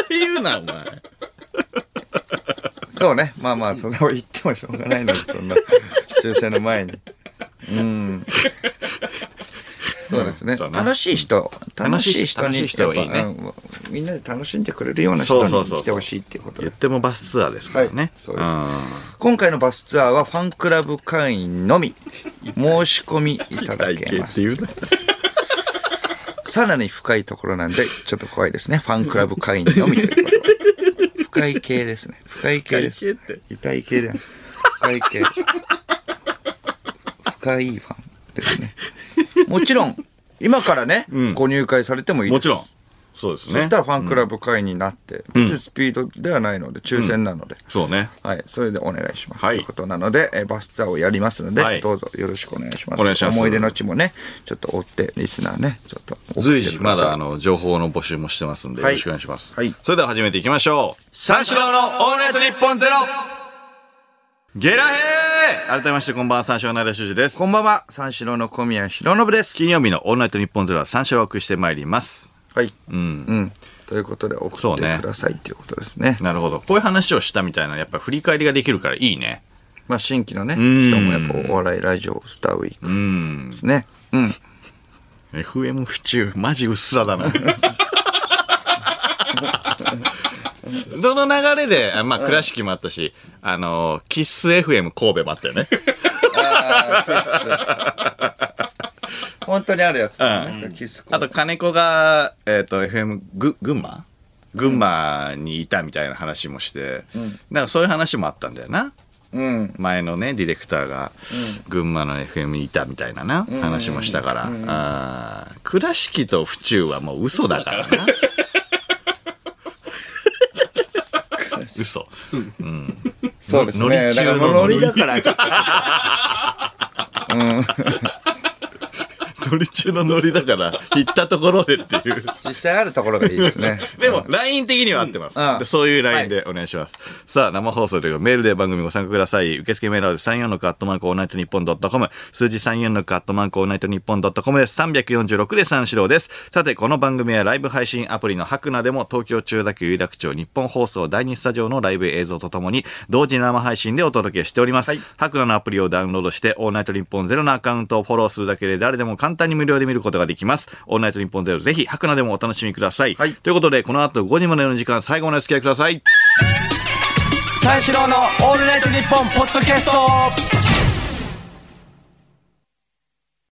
Speaker 1: れ言うな、お前。
Speaker 2: そうね。まあまあ、そんなこと言ってもしょうがないので、そんな、抽選の前に。うん。そうですね。
Speaker 1: そうね
Speaker 2: 楽しい人、楽しい人に、
Speaker 1: 楽しい人はいいね
Speaker 2: やっぱうんみんなで楽しんでくれるような人に
Speaker 1: そうそうそう
Speaker 2: 来てほしいっていうこと
Speaker 1: 言っ
Speaker 2: で
Speaker 1: てもバスツアーですからね。
Speaker 2: はいそうです今回のバスツアーはファンクラブ会員のみ、申し込みいただ
Speaker 1: 体
Speaker 2: け
Speaker 1: 型
Speaker 2: ま
Speaker 1: って
Speaker 2: す。
Speaker 1: 言うな。
Speaker 2: さらに深いところなんで、ちょっと怖いですね。ファンクラブ会員のみということは。深い系ですね。深い系です。
Speaker 1: 体型って。
Speaker 2: 痛い系だよ。深い系。深いファンですね。もちろん、今からね、ご入会されてもいいです。
Speaker 1: もちろん。そうです
Speaker 2: そ
Speaker 1: ね。
Speaker 2: したらファンクラブ会員になって、別にスピードではないので、抽選なので、
Speaker 1: そうね。
Speaker 2: はい、それでお願いします。
Speaker 1: はい
Speaker 2: ということなので、えーバスツアーをやりますので、
Speaker 1: はい
Speaker 2: どうぞよろしくお願いします。
Speaker 1: お願いします
Speaker 2: 思い出の地もね、ちょっと追って、リスナーね、ちょっと送ってください。
Speaker 1: 随時まだあの情報の募集もしてますんで、
Speaker 2: はい
Speaker 1: よろしくお願いします、
Speaker 2: はい
Speaker 1: それでは始めていきましょう三四郎のオールナイトニッポンゼロゲラヘー改めましてこんばんは三四郎の間修司です
Speaker 2: こんばんは、三四郎の小宮浩信です。
Speaker 1: 金曜日のオールナイトニッポンゼロは三四郎をお送りしてまいります
Speaker 2: はい。
Speaker 1: う
Speaker 2: うんん。ということで、送
Speaker 1: そう
Speaker 2: って
Speaker 1: ね
Speaker 2: くださいっていうことですね。
Speaker 1: なるほどこういう話をしたみたいなやっぱり振り返りができるからいいね
Speaker 2: まあ、新規のね、
Speaker 1: ん
Speaker 2: 人もやっぱお笑いラジオスターウィーク
Speaker 1: うん
Speaker 2: ですね。うん。
Speaker 1: FM 府中マジうっすらだな どの流れで、あまあ、倉敷もあったし、あの、キッス FM 神戸もあったよね。
Speaker 2: あー 本当にあるやつだね、キスコ
Speaker 1: あと金子が、えっと FM ぐ群馬群馬にいたみたいな話もして、なんかそういう話もあったんだよな
Speaker 2: うん
Speaker 1: 前のねディレクターが群馬の FM にいたみたいなな、話もしたから、あー倉敷と府中はもう嘘だからな嘘
Speaker 2: そうですねだからもうノ
Speaker 1: 乗り
Speaker 2: リ
Speaker 1: 中の
Speaker 2: だからちょっと
Speaker 1: 乗り中のノリだから行ったところでっていう
Speaker 2: 実際あるところがいいですね
Speaker 1: でも、LINE 的には合ってます。
Speaker 2: うん
Speaker 1: でそういう LINE でお願いします。さあ、生放送というか、メールで番組ご参加ください。受付メールは34のカットマークオールナイトニッポンドットコム。数字34のカットマークオールナイトニッポンドットコムです。346で三四郎です。さて、この番組はライブ配信アプリのハクナでも、東京中田区有楽町日本放送第2スタジオのライブ映像とともに、同時に生配信でお届けしております。ハクナのアプリをダウンロードして、オールナイトニッポンゼロのアカウントをフォローするだけで、誰でも簡単に無料で見ることができます。オールナイトニッポンゼロ、ぜひ、ハクナでもお楽しみください。
Speaker 2: はい
Speaker 1: ということで、この後5時までの時間、最後までお付き合いください。
Speaker 4: 三四郎の「オールナイトニッポン」ポッドキャスト